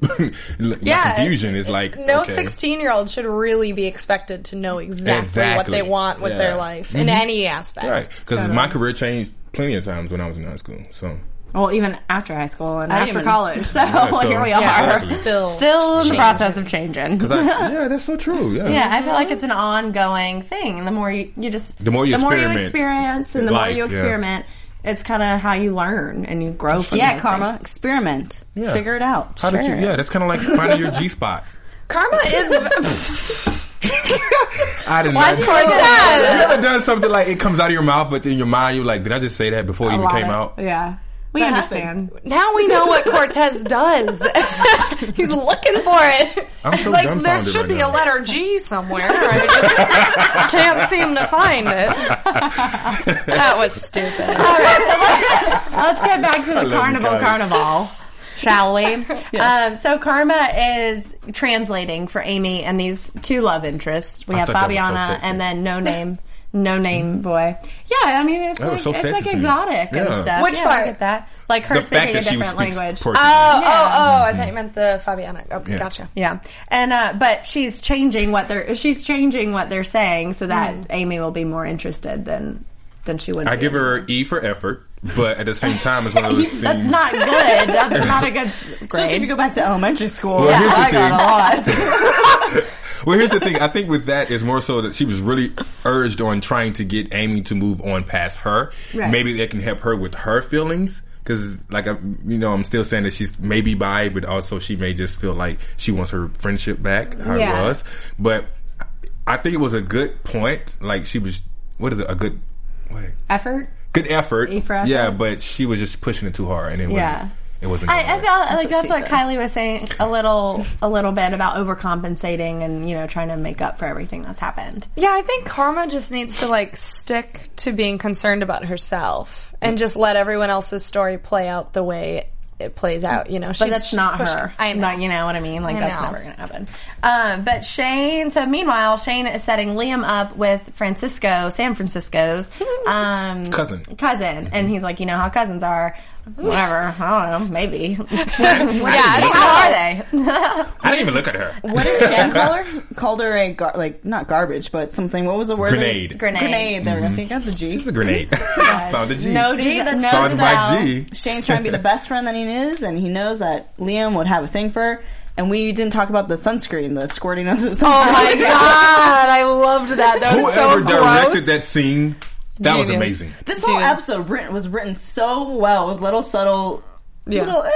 [SPEAKER 3] my
[SPEAKER 1] Yeah,
[SPEAKER 3] confusion is like
[SPEAKER 1] No
[SPEAKER 3] okay.
[SPEAKER 1] 16 year old should really be expected to know exactly, what
[SPEAKER 3] Exactly.
[SPEAKER 1] they want with
[SPEAKER 3] Yeah.
[SPEAKER 1] their life in any aspect.
[SPEAKER 3] right because my career changed plenty of times when I was in high school. So
[SPEAKER 2] Well, even after high school and after
[SPEAKER 4] even-
[SPEAKER 2] college. So,
[SPEAKER 3] so-
[SPEAKER 2] here we are.
[SPEAKER 1] Yeah, we're
[SPEAKER 3] Exactly.
[SPEAKER 1] still
[SPEAKER 2] Still in the process of changing.
[SPEAKER 3] 'Cause I- yeah, that's so true.
[SPEAKER 2] Yeah, I feel like it's an ongoing thing. And the more you, you just
[SPEAKER 3] The more you experiment
[SPEAKER 2] experience and
[SPEAKER 3] in
[SPEAKER 2] the
[SPEAKER 3] life,
[SPEAKER 2] more
[SPEAKER 3] yeah.
[SPEAKER 2] you experiment, it's kind of how you learn and you grow from
[SPEAKER 4] Yeah,
[SPEAKER 2] those
[SPEAKER 4] karma.
[SPEAKER 2] things.
[SPEAKER 4] Experiment.
[SPEAKER 3] Yeah.
[SPEAKER 4] Figure it out.
[SPEAKER 3] How did you? Yeah, that's kind of like finding your G spot.
[SPEAKER 1] Karma is.
[SPEAKER 3] I did not.
[SPEAKER 2] did you do
[SPEAKER 3] Have you ever done something like it comes out of your mouth, but in your mind you're like, did I just say that before it even
[SPEAKER 2] A lot
[SPEAKER 3] came
[SPEAKER 2] of-
[SPEAKER 3] out?
[SPEAKER 2] Yeah. We understand.
[SPEAKER 1] now we know what Cortez does. He's looking for it.
[SPEAKER 3] I'm so
[SPEAKER 1] like there
[SPEAKER 3] dumbfounded
[SPEAKER 1] should
[SPEAKER 3] right
[SPEAKER 1] be
[SPEAKER 3] now.
[SPEAKER 1] a letter G somewhere. I just can't seem to find it. that was stupid.
[SPEAKER 2] Let's get back to
[SPEAKER 3] I
[SPEAKER 2] the
[SPEAKER 3] love you
[SPEAKER 2] carnival
[SPEAKER 3] guys.
[SPEAKER 2] carnival. Shall we? um, so Karma is translating for Amy and these two love interests. We have
[SPEAKER 3] thought that was so
[SPEAKER 2] Fabiana
[SPEAKER 3] sexy.
[SPEAKER 2] and then No Name, No Name Boy. Yeah, I mean it's
[SPEAKER 3] That
[SPEAKER 2] like,
[SPEAKER 3] was so
[SPEAKER 2] it's
[SPEAKER 3] sexy
[SPEAKER 2] like
[SPEAKER 3] to me.
[SPEAKER 2] exotic
[SPEAKER 3] Yeah.
[SPEAKER 2] and stuff.
[SPEAKER 1] Which
[SPEAKER 2] yeah, I
[SPEAKER 1] part?
[SPEAKER 2] get that. Like her
[SPEAKER 3] The fact
[SPEAKER 2] speaking a
[SPEAKER 3] that she
[SPEAKER 2] different
[SPEAKER 3] speaks
[SPEAKER 2] language.
[SPEAKER 3] Portuguese.
[SPEAKER 1] Oh, oh, oh! I thought you meant the Fabiana. Oh,
[SPEAKER 3] Hmm. Yeah.
[SPEAKER 1] gotcha.
[SPEAKER 2] Yeah, and uh, but she's changing what they're she's changing what they're saying so that
[SPEAKER 1] Hmm.
[SPEAKER 2] Amy will be more interested than than she would.
[SPEAKER 3] I
[SPEAKER 2] be.
[SPEAKER 3] give her E for effort, but at the same time, it's one of those things.
[SPEAKER 2] That's not good. That's not a good grade.
[SPEAKER 4] Especially if you go back to elementary school.
[SPEAKER 3] Well, here's the
[SPEAKER 4] I got a lot.
[SPEAKER 3] Well, here's the thing. I think with that is more so that she was really urged on trying to get Amy to move on past her.
[SPEAKER 2] Right.
[SPEAKER 3] Maybe that can help her with her feelings. Because, like, I, you know, I'm still saying that she's maybe bi, but also she may just feel like she wants her friendship back, how
[SPEAKER 2] Yeah.
[SPEAKER 3] it was. But I think it was a good point. Like, she was, what is it, a good, what?
[SPEAKER 2] effort.
[SPEAKER 3] Good effort.
[SPEAKER 2] for effort.
[SPEAKER 3] Yeah, but she was just pushing it too hard, and it
[SPEAKER 2] Yeah.
[SPEAKER 3] wasn't. It wasn't.
[SPEAKER 2] I, I
[SPEAKER 3] going
[SPEAKER 2] feel
[SPEAKER 3] well.
[SPEAKER 2] like that's
[SPEAKER 4] what
[SPEAKER 2] what
[SPEAKER 4] she
[SPEAKER 2] Kylie was saying a little a little bit about overcompensating and you know trying to make up for everything that's happened.
[SPEAKER 1] Yeah, I think Karma just needs to like stick to being concerned about herself and just let everyone else's story play out the way it plays out. You know, she's
[SPEAKER 2] But that's not
[SPEAKER 1] pushing-
[SPEAKER 2] her.
[SPEAKER 1] I know.
[SPEAKER 2] Like, you know what I mean? Like,
[SPEAKER 1] I
[SPEAKER 2] that's
[SPEAKER 1] know.
[SPEAKER 2] never going to happen. Um, but Shane, so meanwhile, Shane is setting Liam up with Francisco, San Francisco's um,
[SPEAKER 3] Cousin.
[SPEAKER 2] Cousin. And he's like, you know how cousins are. Whatever. I don't know. Maybe.
[SPEAKER 1] yeah, I don't know.
[SPEAKER 2] how are they?
[SPEAKER 3] I didn't even look at her.
[SPEAKER 4] What did Shan call her? Called her a gar- like not garbage, but something. What was the word?
[SPEAKER 3] Grenade. Mm-hmm.
[SPEAKER 2] Grenade.
[SPEAKER 4] Grenade. There we go. So you got the G.
[SPEAKER 3] It's a grenade. Found a G.
[SPEAKER 2] No,
[SPEAKER 4] See,
[SPEAKER 2] Gis-
[SPEAKER 4] that's
[SPEAKER 2] no
[SPEAKER 3] Found
[SPEAKER 2] Giselle.
[SPEAKER 3] my G.
[SPEAKER 4] Shane's trying to be the best friend that he is, and he knows that Liam would have a thing for her. And we didn't talk about the sunscreen, the squirting of the sunscreen.
[SPEAKER 1] Oh my god, I loved that. That was
[SPEAKER 3] Whoever
[SPEAKER 1] so
[SPEAKER 3] directed
[SPEAKER 1] gross.
[SPEAKER 3] that scene, that was
[SPEAKER 1] Genius.
[SPEAKER 3] amazing.
[SPEAKER 4] This whole
[SPEAKER 1] Genius.
[SPEAKER 4] episode written, was written so well with little subtle.
[SPEAKER 1] Yeah.
[SPEAKER 4] Little, eh.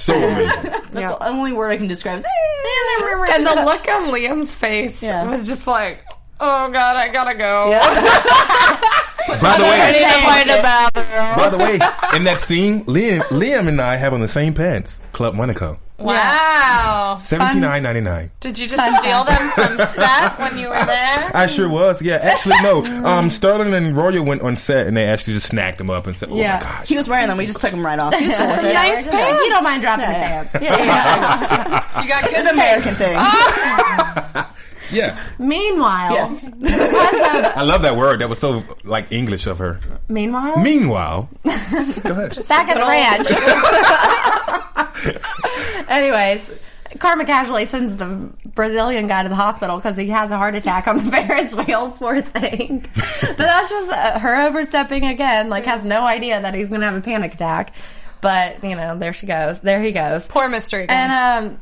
[SPEAKER 3] So amazing.
[SPEAKER 4] That's
[SPEAKER 1] Yeah.
[SPEAKER 4] the only word I can describe. Is, eh.
[SPEAKER 1] and the look on Liam's face
[SPEAKER 4] Yeah.
[SPEAKER 1] was just like, oh god, I gotta go.
[SPEAKER 4] Yeah.
[SPEAKER 3] By the way, Oh
[SPEAKER 4] Ready to fight a battle.
[SPEAKER 3] By the way, in that scene, Liam, Liam and I have on the same pants. Club Monaco,
[SPEAKER 1] Wow.
[SPEAKER 3] seventy nine ninety nine.
[SPEAKER 1] Did you just steal them from set when you were there?
[SPEAKER 3] I sure was. Yeah, actually, no. Um, Sterling and Royal went on set, and they actually just snagged them up and said, "Oh
[SPEAKER 4] Yeah,
[SPEAKER 3] my gosh."
[SPEAKER 4] he was wearing them. We just took them right off. He was cool with it.
[SPEAKER 1] Nice pants.
[SPEAKER 2] You don't mind dropping the pants.
[SPEAKER 4] Yeah, yeah.
[SPEAKER 1] You got good
[SPEAKER 4] It's an American thing.
[SPEAKER 1] Oh.
[SPEAKER 3] yeah,
[SPEAKER 2] Meanwhile,
[SPEAKER 4] Yes.
[SPEAKER 3] Oh, I love that word. That was so like English of her.
[SPEAKER 2] meanwhile,
[SPEAKER 3] Meanwhile, go ahead.
[SPEAKER 2] back at the
[SPEAKER 1] Good old-
[SPEAKER 2] ranch. Anyways, Karma casually sends the Brazilian guy to the hospital because he has a heart attack on the Ferris wheel, poor thing. but that's just uh, her overstepping again, like, has no idea that he's going to have a panic attack. But, you know, there she goes. There he goes.
[SPEAKER 1] Poor mystery. guy.
[SPEAKER 2] And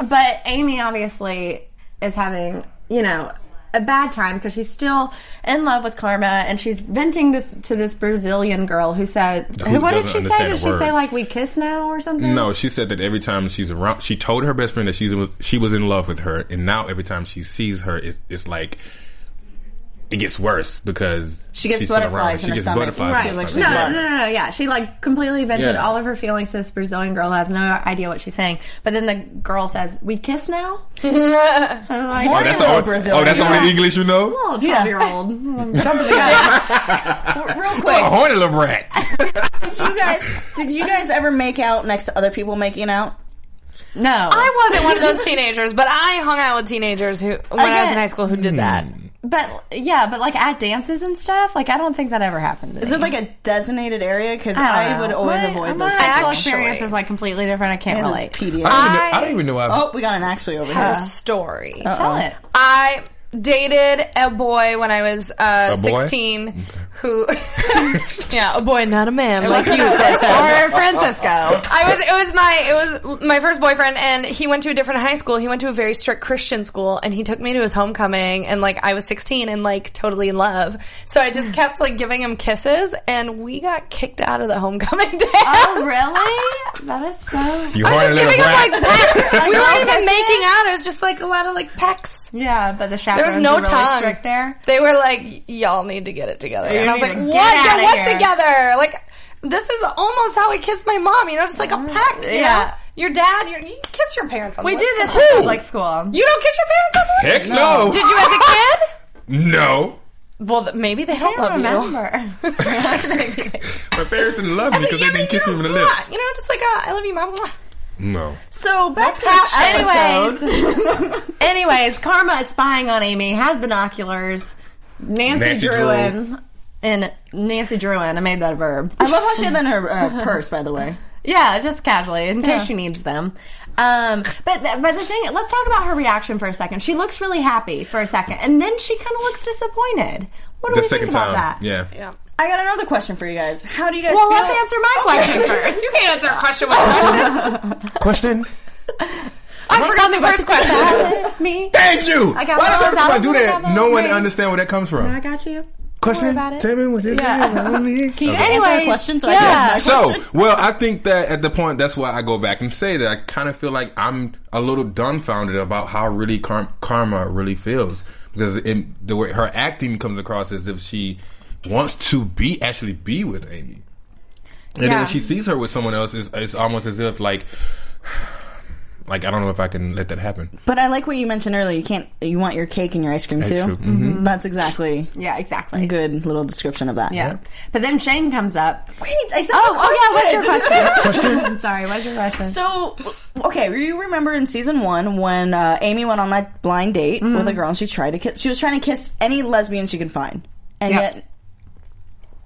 [SPEAKER 2] um, but Amy obviously is having you know a bad time because she's still in love with Karma, and she's venting this to this Brazilian girl who said,
[SPEAKER 3] Who
[SPEAKER 2] "What did
[SPEAKER 3] doesn't
[SPEAKER 2] she say?
[SPEAKER 3] understand
[SPEAKER 2] Did
[SPEAKER 3] a
[SPEAKER 2] she
[SPEAKER 3] word.
[SPEAKER 2] say like we kiss now or something?"
[SPEAKER 3] No, she said that every time she's around, she told her best friend that she's was she was in love with her, and now every time she sees her, it's it's like it gets worse because
[SPEAKER 4] She gets
[SPEAKER 3] she's still
[SPEAKER 4] butterflies
[SPEAKER 3] around.
[SPEAKER 4] in
[SPEAKER 3] She
[SPEAKER 4] her
[SPEAKER 3] gets
[SPEAKER 4] stomach.
[SPEAKER 3] butterflies.
[SPEAKER 4] Right.
[SPEAKER 3] in her
[SPEAKER 4] Like,
[SPEAKER 3] stomach.
[SPEAKER 4] she's
[SPEAKER 2] No,
[SPEAKER 4] Yeah.
[SPEAKER 2] no, no, no, yeah. She like completely vented
[SPEAKER 3] Yeah.
[SPEAKER 2] all of her feelings to this Brazilian girl who has no idea what she's saying. But then the girl says, "We kiss now." I'm like,
[SPEAKER 3] Oh, that's the
[SPEAKER 4] Hello,
[SPEAKER 3] only,
[SPEAKER 4] Brazilian.
[SPEAKER 3] oh, that's the only English you know.
[SPEAKER 2] little
[SPEAKER 4] Yeah.
[SPEAKER 2] twelve year old. Jump the gun.
[SPEAKER 4] Real
[SPEAKER 3] A
[SPEAKER 4] quick,
[SPEAKER 3] horny little rat.
[SPEAKER 4] did you guys did you guys ever make out next to other people making out?
[SPEAKER 2] No,
[SPEAKER 1] I wasn't one of those teenagers, but I hung out with teenagers who when I was in
[SPEAKER 2] Again.
[SPEAKER 1] high school who did that.
[SPEAKER 3] Hmm.
[SPEAKER 2] But yeah, but like at dances and stuff, like I don't think that ever happened. to
[SPEAKER 4] Is
[SPEAKER 2] me.
[SPEAKER 4] there like a designated area? Because
[SPEAKER 2] don't
[SPEAKER 4] I,
[SPEAKER 2] know.
[SPEAKER 4] would always
[SPEAKER 2] My-
[SPEAKER 4] avoid
[SPEAKER 2] my
[SPEAKER 4] those.
[SPEAKER 2] high school
[SPEAKER 1] Actually.
[SPEAKER 2] experience is like completely different. I can't
[SPEAKER 4] places.
[SPEAKER 2] relate.
[SPEAKER 4] It's tedious.
[SPEAKER 3] I don't, even,
[SPEAKER 1] I-
[SPEAKER 3] I don't even know. I've,
[SPEAKER 4] oh, we got an actually over here.
[SPEAKER 1] A story.
[SPEAKER 2] Tell it.
[SPEAKER 1] I dated a boy when I was
[SPEAKER 3] A
[SPEAKER 1] uh,
[SPEAKER 3] boy?
[SPEAKER 1] 16 who yeah, a boy, not a man like you.
[SPEAKER 2] or Francisco.
[SPEAKER 1] I was it was my it was my first boyfriend and he went to a different high school. He went to a very strict Christian school and he took me to his homecoming and like I was 16 and like totally in love. So I just kept like giving him kisses and we got kicked out of the homecoming dance.
[SPEAKER 2] Oh, really? That is so.
[SPEAKER 3] you
[SPEAKER 1] I was
[SPEAKER 3] horny
[SPEAKER 1] just
[SPEAKER 3] little
[SPEAKER 1] giving him
[SPEAKER 3] rat.
[SPEAKER 1] like pecks. we weren't even
[SPEAKER 2] Girlfriend?
[SPEAKER 1] making out. It was just like a lot of like pecks.
[SPEAKER 2] Yeah, but the
[SPEAKER 1] There
[SPEAKER 2] chaperones
[SPEAKER 1] was no
[SPEAKER 2] were really
[SPEAKER 1] tongue.
[SPEAKER 2] strict there.
[SPEAKER 1] They were like, y'all need to get it together.
[SPEAKER 2] You
[SPEAKER 1] And I was
[SPEAKER 2] need
[SPEAKER 1] like,
[SPEAKER 2] to
[SPEAKER 1] what?
[SPEAKER 2] get
[SPEAKER 1] Get
[SPEAKER 2] outta
[SPEAKER 1] what
[SPEAKER 2] here."
[SPEAKER 1] together? Like, this is almost how I kissed my mom, you know, just like a peck. You
[SPEAKER 2] Yeah.
[SPEAKER 1] Know? Your dad, your, you kiss your parents on
[SPEAKER 2] We
[SPEAKER 1] the
[SPEAKER 2] did
[SPEAKER 1] lips.
[SPEAKER 2] this in public school.
[SPEAKER 1] You don't kiss your parents on the lips?
[SPEAKER 3] Heck no.
[SPEAKER 1] Did you as a kid?
[SPEAKER 3] No.
[SPEAKER 1] Well, th- maybe they don't
[SPEAKER 2] I
[SPEAKER 1] love
[SPEAKER 2] don't
[SPEAKER 1] you.
[SPEAKER 2] remember.
[SPEAKER 3] My parents didn't love me
[SPEAKER 1] As a-
[SPEAKER 3] because
[SPEAKER 1] yeah,
[SPEAKER 3] they didn't
[SPEAKER 1] but you
[SPEAKER 3] kiss me with the
[SPEAKER 1] know,
[SPEAKER 3] lips.
[SPEAKER 1] mwah. You know, just like, uh, I love you, mom. mwah.
[SPEAKER 3] No.
[SPEAKER 4] So back to
[SPEAKER 2] That's
[SPEAKER 4] the
[SPEAKER 2] how-
[SPEAKER 4] episode.
[SPEAKER 2] Anyways, Karma is spying on Amy. Has binoculars. Nancy,
[SPEAKER 3] Nancy
[SPEAKER 2] Druin and Nancy Druin. I made that a verb.
[SPEAKER 4] I love how she had that in her uh, purse, by the way.
[SPEAKER 2] Yeah, just casually in case she needs them. Um, but th- but the thing, let's talk about her reaction for a second. She looks really happy for a second, and then she kind of looks disappointed. What do
[SPEAKER 3] The
[SPEAKER 2] we think
[SPEAKER 3] second
[SPEAKER 2] about
[SPEAKER 3] time.
[SPEAKER 2] that?
[SPEAKER 3] Yeah.
[SPEAKER 4] I got another question for you guys. How do you guys?
[SPEAKER 2] Well,
[SPEAKER 4] feel-
[SPEAKER 2] let's answer my question first.
[SPEAKER 1] You can't answer a question with a question.
[SPEAKER 3] Question.
[SPEAKER 1] I forgot the first question.
[SPEAKER 2] Me,
[SPEAKER 3] Thank you. Why
[SPEAKER 2] got
[SPEAKER 3] does
[SPEAKER 2] one
[SPEAKER 3] every time I
[SPEAKER 2] thousand
[SPEAKER 3] do that,
[SPEAKER 2] dollars.
[SPEAKER 3] no one
[SPEAKER 2] Okay.
[SPEAKER 3] understand where that comes from?
[SPEAKER 2] I got you.
[SPEAKER 3] Question.
[SPEAKER 2] about it.
[SPEAKER 3] Tell me what you yeah.
[SPEAKER 4] Can you
[SPEAKER 3] Okay.
[SPEAKER 4] answer
[SPEAKER 2] Anyways,
[SPEAKER 4] a question so I
[SPEAKER 2] yeah.
[SPEAKER 4] can ask my
[SPEAKER 3] So, well, I think that at the point, that's why I go back and say that I kind of feel like I'm a little dumbfounded about how really Kar- Karma really feels because it, the way her acting comes across as if she wants to be actually be with Amy, and then
[SPEAKER 2] Yeah.
[SPEAKER 3] when she sees her with someone else, it's, it's almost as if like, like I don't know if I can let that happen.
[SPEAKER 4] But I like what you mentioned earlier. You can't. You want your cake and your ice cream Mm-hmm. too.
[SPEAKER 3] true.
[SPEAKER 4] That's exactly
[SPEAKER 2] Yeah,
[SPEAKER 4] a
[SPEAKER 2] exactly.
[SPEAKER 4] good little description of that.
[SPEAKER 2] Yeah, but then Shane comes up.
[SPEAKER 4] Wait, I said.
[SPEAKER 2] Oh,
[SPEAKER 4] a
[SPEAKER 2] oh yeah. What's your
[SPEAKER 4] question.
[SPEAKER 2] question? I'm sorry. What's your question?
[SPEAKER 4] So, okay, you remember in season one when uh, Amy went on that blind date with a girl and she tried to kiss. She was trying to kiss any lesbian she could find, and
[SPEAKER 2] Yep.
[SPEAKER 4] yet,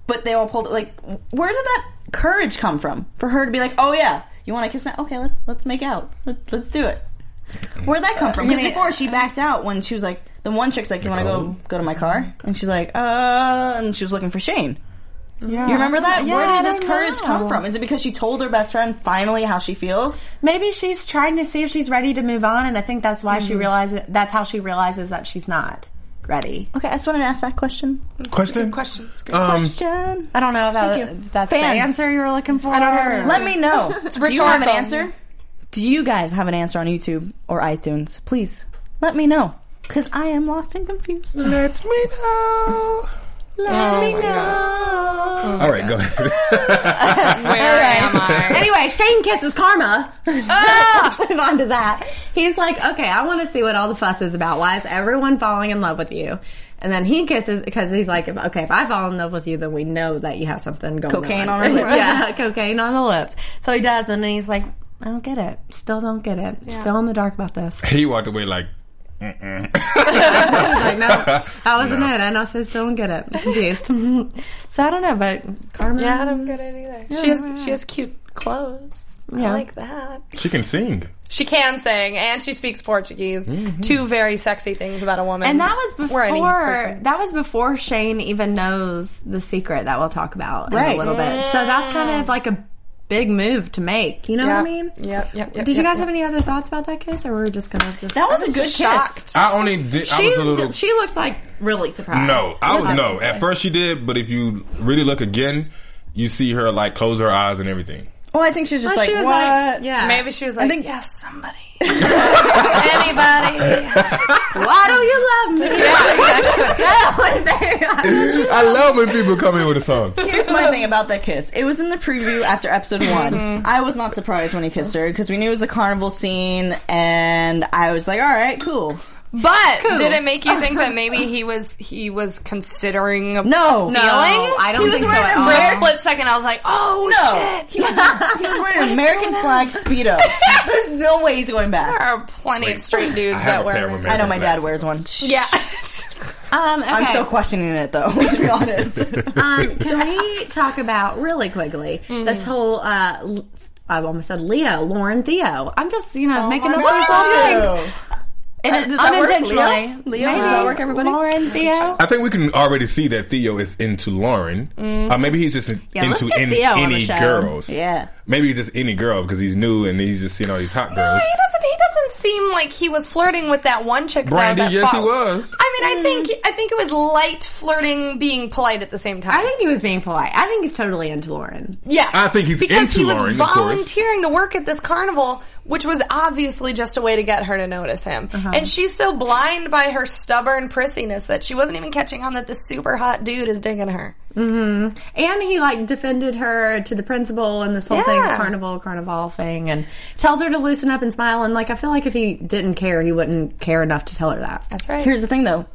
[SPEAKER 4] but they all pulled. Like, where did that courage come from for her to be like, "Oh yeah, you want to kiss now? Okay, let's let's make out. Let, let's do it." Where'd that come from? Because before she backed out when she was like, the one chick's like, "You want to go
[SPEAKER 3] Nicole?
[SPEAKER 4] go to my car?" and she's like, "Uh," and she was looking for Shane.
[SPEAKER 2] yeah.
[SPEAKER 4] You remember that?
[SPEAKER 2] Yeah, I
[SPEAKER 4] Where did this
[SPEAKER 2] don't
[SPEAKER 4] courage come
[SPEAKER 2] know.
[SPEAKER 4] from? Is it because she told her best friend finally how she feels?
[SPEAKER 2] Maybe she's trying to see if she's ready to move on, and I think that's why she realizes. That's how she realizes that she's not ready.
[SPEAKER 4] Okay, I just wanted to ask that question.
[SPEAKER 3] Question.
[SPEAKER 1] Question. It's good.
[SPEAKER 3] Um,
[SPEAKER 4] Question.
[SPEAKER 2] I don't know if that, that's the
[SPEAKER 4] Fans.
[SPEAKER 2] answer you were looking for. I don't know.
[SPEAKER 4] Let me know. Do you have an
[SPEAKER 1] rhetorical.
[SPEAKER 4] answer? Do you guys have an answer on YouTube or iTunes? Please let me know. Because I am lost and confused.
[SPEAKER 3] let me know.
[SPEAKER 1] Oh
[SPEAKER 2] Let me know.
[SPEAKER 3] All right, go ahead.
[SPEAKER 1] Where am I?
[SPEAKER 2] Anyway, Shane kisses Karma.
[SPEAKER 4] Ah!
[SPEAKER 2] Let's move on to that. He's like, okay, I want to see what all the fuss is about. Why is everyone falling in love with you? And then he kisses because he's like, if- okay, if I fall in love with you, then we know that you have something going
[SPEAKER 4] Cocaine
[SPEAKER 2] on.
[SPEAKER 4] on her lips.
[SPEAKER 2] yeah, cocaine on the lips. So he does, and then he's like, I don't get it. Still don't get it. Still in the dark about this.
[SPEAKER 3] He walked away like, mm-mm.
[SPEAKER 2] like, no, that was a note. And I also still don't get it. I'm confused. so I don't know, but Carmen.
[SPEAKER 1] Yeah, I don't get it either. She has she has cute clothes.
[SPEAKER 2] Yeah.
[SPEAKER 1] I like that.
[SPEAKER 3] she can sing.
[SPEAKER 1] She can sing and she speaks Portuguese.
[SPEAKER 3] Mm-hmm.
[SPEAKER 1] Two very sexy things about a woman.
[SPEAKER 2] And that was
[SPEAKER 1] Mm. Or any
[SPEAKER 2] before.
[SPEAKER 1] person.
[SPEAKER 2] That was before Shane even knows the secret that we'll talk about in
[SPEAKER 4] Right.
[SPEAKER 2] a little bit. So that's kind of like a big move to make. You know what I mean?
[SPEAKER 1] Yep, yep, yep.
[SPEAKER 2] Did you
[SPEAKER 1] yep,
[SPEAKER 2] guys
[SPEAKER 1] yep.
[SPEAKER 2] have any other thoughts about that kiss, or were we just gonna? Just
[SPEAKER 4] That was a good
[SPEAKER 1] Just
[SPEAKER 4] kiss.
[SPEAKER 1] shocked?
[SPEAKER 3] I only did. I
[SPEAKER 2] she
[SPEAKER 3] was a little.
[SPEAKER 2] she looked like really surprised.
[SPEAKER 3] no, I was
[SPEAKER 2] That's what
[SPEAKER 3] no.
[SPEAKER 2] would
[SPEAKER 3] At
[SPEAKER 2] say.
[SPEAKER 3] first she did, but if you really look again, you see her like close her eyes and everything.
[SPEAKER 4] Oh, I think she was just
[SPEAKER 2] Well,
[SPEAKER 4] like,
[SPEAKER 2] she was
[SPEAKER 4] what?
[SPEAKER 2] like, Uh, yeah.
[SPEAKER 1] Maybe she was like,
[SPEAKER 4] think-
[SPEAKER 1] yes, somebody. Anybody.
[SPEAKER 2] Why don't you love me?
[SPEAKER 3] I love when people come in with a song.
[SPEAKER 4] Here's my thing about that kiss. It was in the preview after episode one. I was not surprised when he kissed her because we knew it was a carnival scene, and I was like, all right, cool.
[SPEAKER 1] But did it make you think that maybe he was he was considering a
[SPEAKER 4] No,
[SPEAKER 2] No, I don't
[SPEAKER 4] He was
[SPEAKER 2] think so
[SPEAKER 4] wearing
[SPEAKER 2] at
[SPEAKER 4] a
[SPEAKER 2] all.
[SPEAKER 1] For a
[SPEAKER 4] Where-
[SPEAKER 1] split second, I was like, "Oh
[SPEAKER 4] No,
[SPEAKER 1] shit!"
[SPEAKER 4] he was, he was wearing an American flag speedo. There's no way he's going back.
[SPEAKER 1] There are plenty of straight dudes
[SPEAKER 3] I have
[SPEAKER 1] that
[SPEAKER 3] a pair of
[SPEAKER 1] wear.
[SPEAKER 3] American
[SPEAKER 1] makeup.
[SPEAKER 4] I know my dad
[SPEAKER 3] flags.
[SPEAKER 4] wears one.
[SPEAKER 1] Yeah,
[SPEAKER 2] Um, okay.
[SPEAKER 4] I'm still questioning it though, to be honest.
[SPEAKER 2] Um, can we talk about really quickly
[SPEAKER 4] Mm-hmm.
[SPEAKER 2] this whole? Uh, L- I almost said Leo, Lauren, Theo. I'm just you
[SPEAKER 4] Oh
[SPEAKER 2] know making up those little things.
[SPEAKER 4] And does that work,
[SPEAKER 2] unintentionally.
[SPEAKER 4] Leo? Leo, does that work, everybody?
[SPEAKER 2] Lauren, Theo.
[SPEAKER 3] I think we can already see that Theo is into Lauren. Uh, maybe he's just in-
[SPEAKER 2] Yeah, let's
[SPEAKER 3] into
[SPEAKER 2] get
[SPEAKER 3] any-
[SPEAKER 2] Theo on the
[SPEAKER 3] any
[SPEAKER 2] show.
[SPEAKER 3] girls.
[SPEAKER 4] Yeah.
[SPEAKER 3] Maybe he's just any girl because he's new and he's just seeing all these hot
[SPEAKER 1] no,
[SPEAKER 3] girls.
[SPEAKER 1] he doesn't. He doesn't seem like he was flirting with that one chick. though,
[SPEAKER 3] Brandy,
[SPEAKER 1] that
[SPEAKER 3] yes, he
[SPEAKER 1] fought-
[SPEAKER 3] was.
[SPEAKER 1] I mean, I think I think it was light flirting, being polite at the same time.
[SPEAKER 2] I think he was being polite. I think he's totally into Lauren.
[SPEAKER 1] yes,
[SPEAKER 3] I think he's
[SPEAKER 1] because
[SPEAKER 3] into
[SPEAKER 1] he was
[SPEAKER 3] Lauren, of course.
[SPEAKER 1] volunteering to work at this carnival, which was obviously just a way to get her to notice him. And she's so blind by her stubborn prissiness that she wasn't even catching on that this super hot dude is digging her.
[SPEAKER 2] And he like defended her to the principal and this whole thing,
[SPEAKER 1] Yeah.
[SPEAKER 2] carnival, carnival thing, and tells her to loosen up and smile. And like, I feel like if he didn't care, he wouldn't care enough to tell her that.
[SPEAKER 1] That's right.
[SPEAKER 4] Here's the thing though.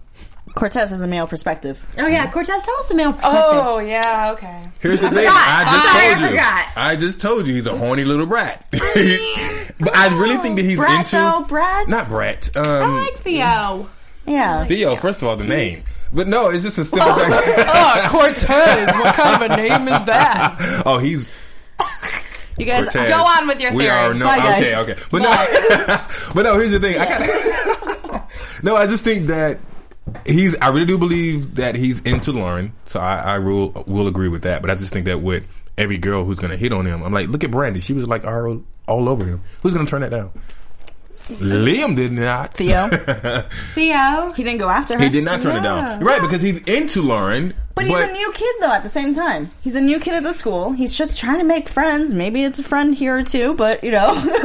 [SPEAKER 4] Cortez has a male perspective.
[SPEAKER 2] Oh yeah, Cortez, tell us the male perspective.
[SPEAKER 1] oh yeah, okay.
[SPEAKER 3] Here's the thing.
[SPEAKER 2] forgot.
[SPEAKER 3] I
[SPEAKER 2] I
[SPEAKER 3] just told you.
[SPEAKER 2] forgot.
[SPEAKER 3] I just told you he's a horny little brat. but I really think that he's
[SPEAKER 4] Brat
[SPEAKER 3] into
[SPEAKER 4] though, brat.
[SPEAKER 3] not brat. Um,
[SPEAKER 2] I like Theo.
[SPEAKER 4] Yeah.
[SPEAKER 3] Theo. First of all, the name. But no, it's just a simple fact.
[SPEAKER 1] Oh, Cortez. What kind of a name is that?
[SPEAKER 3] oh, he's
[SPEAKER 4] You guys
[SPEAKER 3] Cortez.
[SPEAKER 1] Go on with your
[SPEAKER 3] We
[SPEAKER 1] theory.
[SPEAKER 3] are no,
[SPEAKER 4] Bye, guys.
[SPEAKER 3] okay, okay. But no, but no. Here's the thing. I kind of no. I just think that he's. I really do believe that he's into Lauren. So I, I will will agree with that. But I just think that with every girl who's gonna hit on him, I'm like, look at Brandy. She was like all, all over him. Who's gonna turn that down? Liam did not.
[SPEAKER 4] Theo.
[SPEAKER 2] Theo.
[SPEAKER 4] He didn't go after her.
[SPEAKER 3] He did not turn it
[SPEAKER 2] Yeah.
[SPEAKER 3] down. Right, because he's into Lauren.
[SPEAKER 4] But he's a new kid though at the same time. He's a new kid at the school. He's just trying to make friends. Maybe it's a friend here or two, but you know.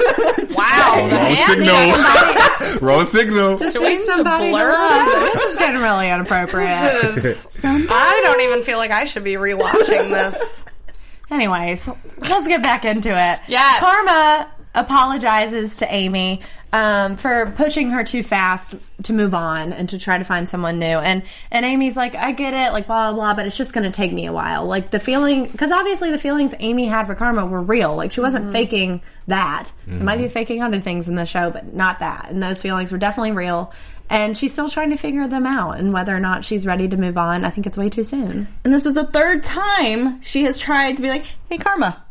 [SPEAKER 1] Wow.
[SPEAKER 3] Oh, Wrong signal. Wrong signal.
[SPEAKER 1] Do we need to
[SPEAKER 2] Somebody
[SPEAKER 1] blur
[SPEAKER 2] to-
[SPEAKER 1] that?
[SPEAKER 2] this is getting really inappropriate.
[SPEAKER 1] This is- I don't even feel like I should be rewatching this.
[SPEAKER 2] Anyways, let's get back into it.
[SPEAKER 1] Yes.
[SPEAKER 2] Karma apologizes to Amy um, for pushing her too fast to move on and to try to find someone new. And and Amy's like, I get it, like blah blah blah, but it's just going to take me a while. Like the feeling, because obviously the feelings Amy had for Karma were real. Like she wasn't faking that. It might
[SPEAKER 3] Mm-hmm.
[SPEAKER 2] be faking other things in the show, but not that. And those feelings were definitely real. And she's still trying to figure them out and whether or not she's ready to move on. I think it's way too soon.
[SPEAKER 4] and this is the third time she has tried to be like, "Hey, Karma,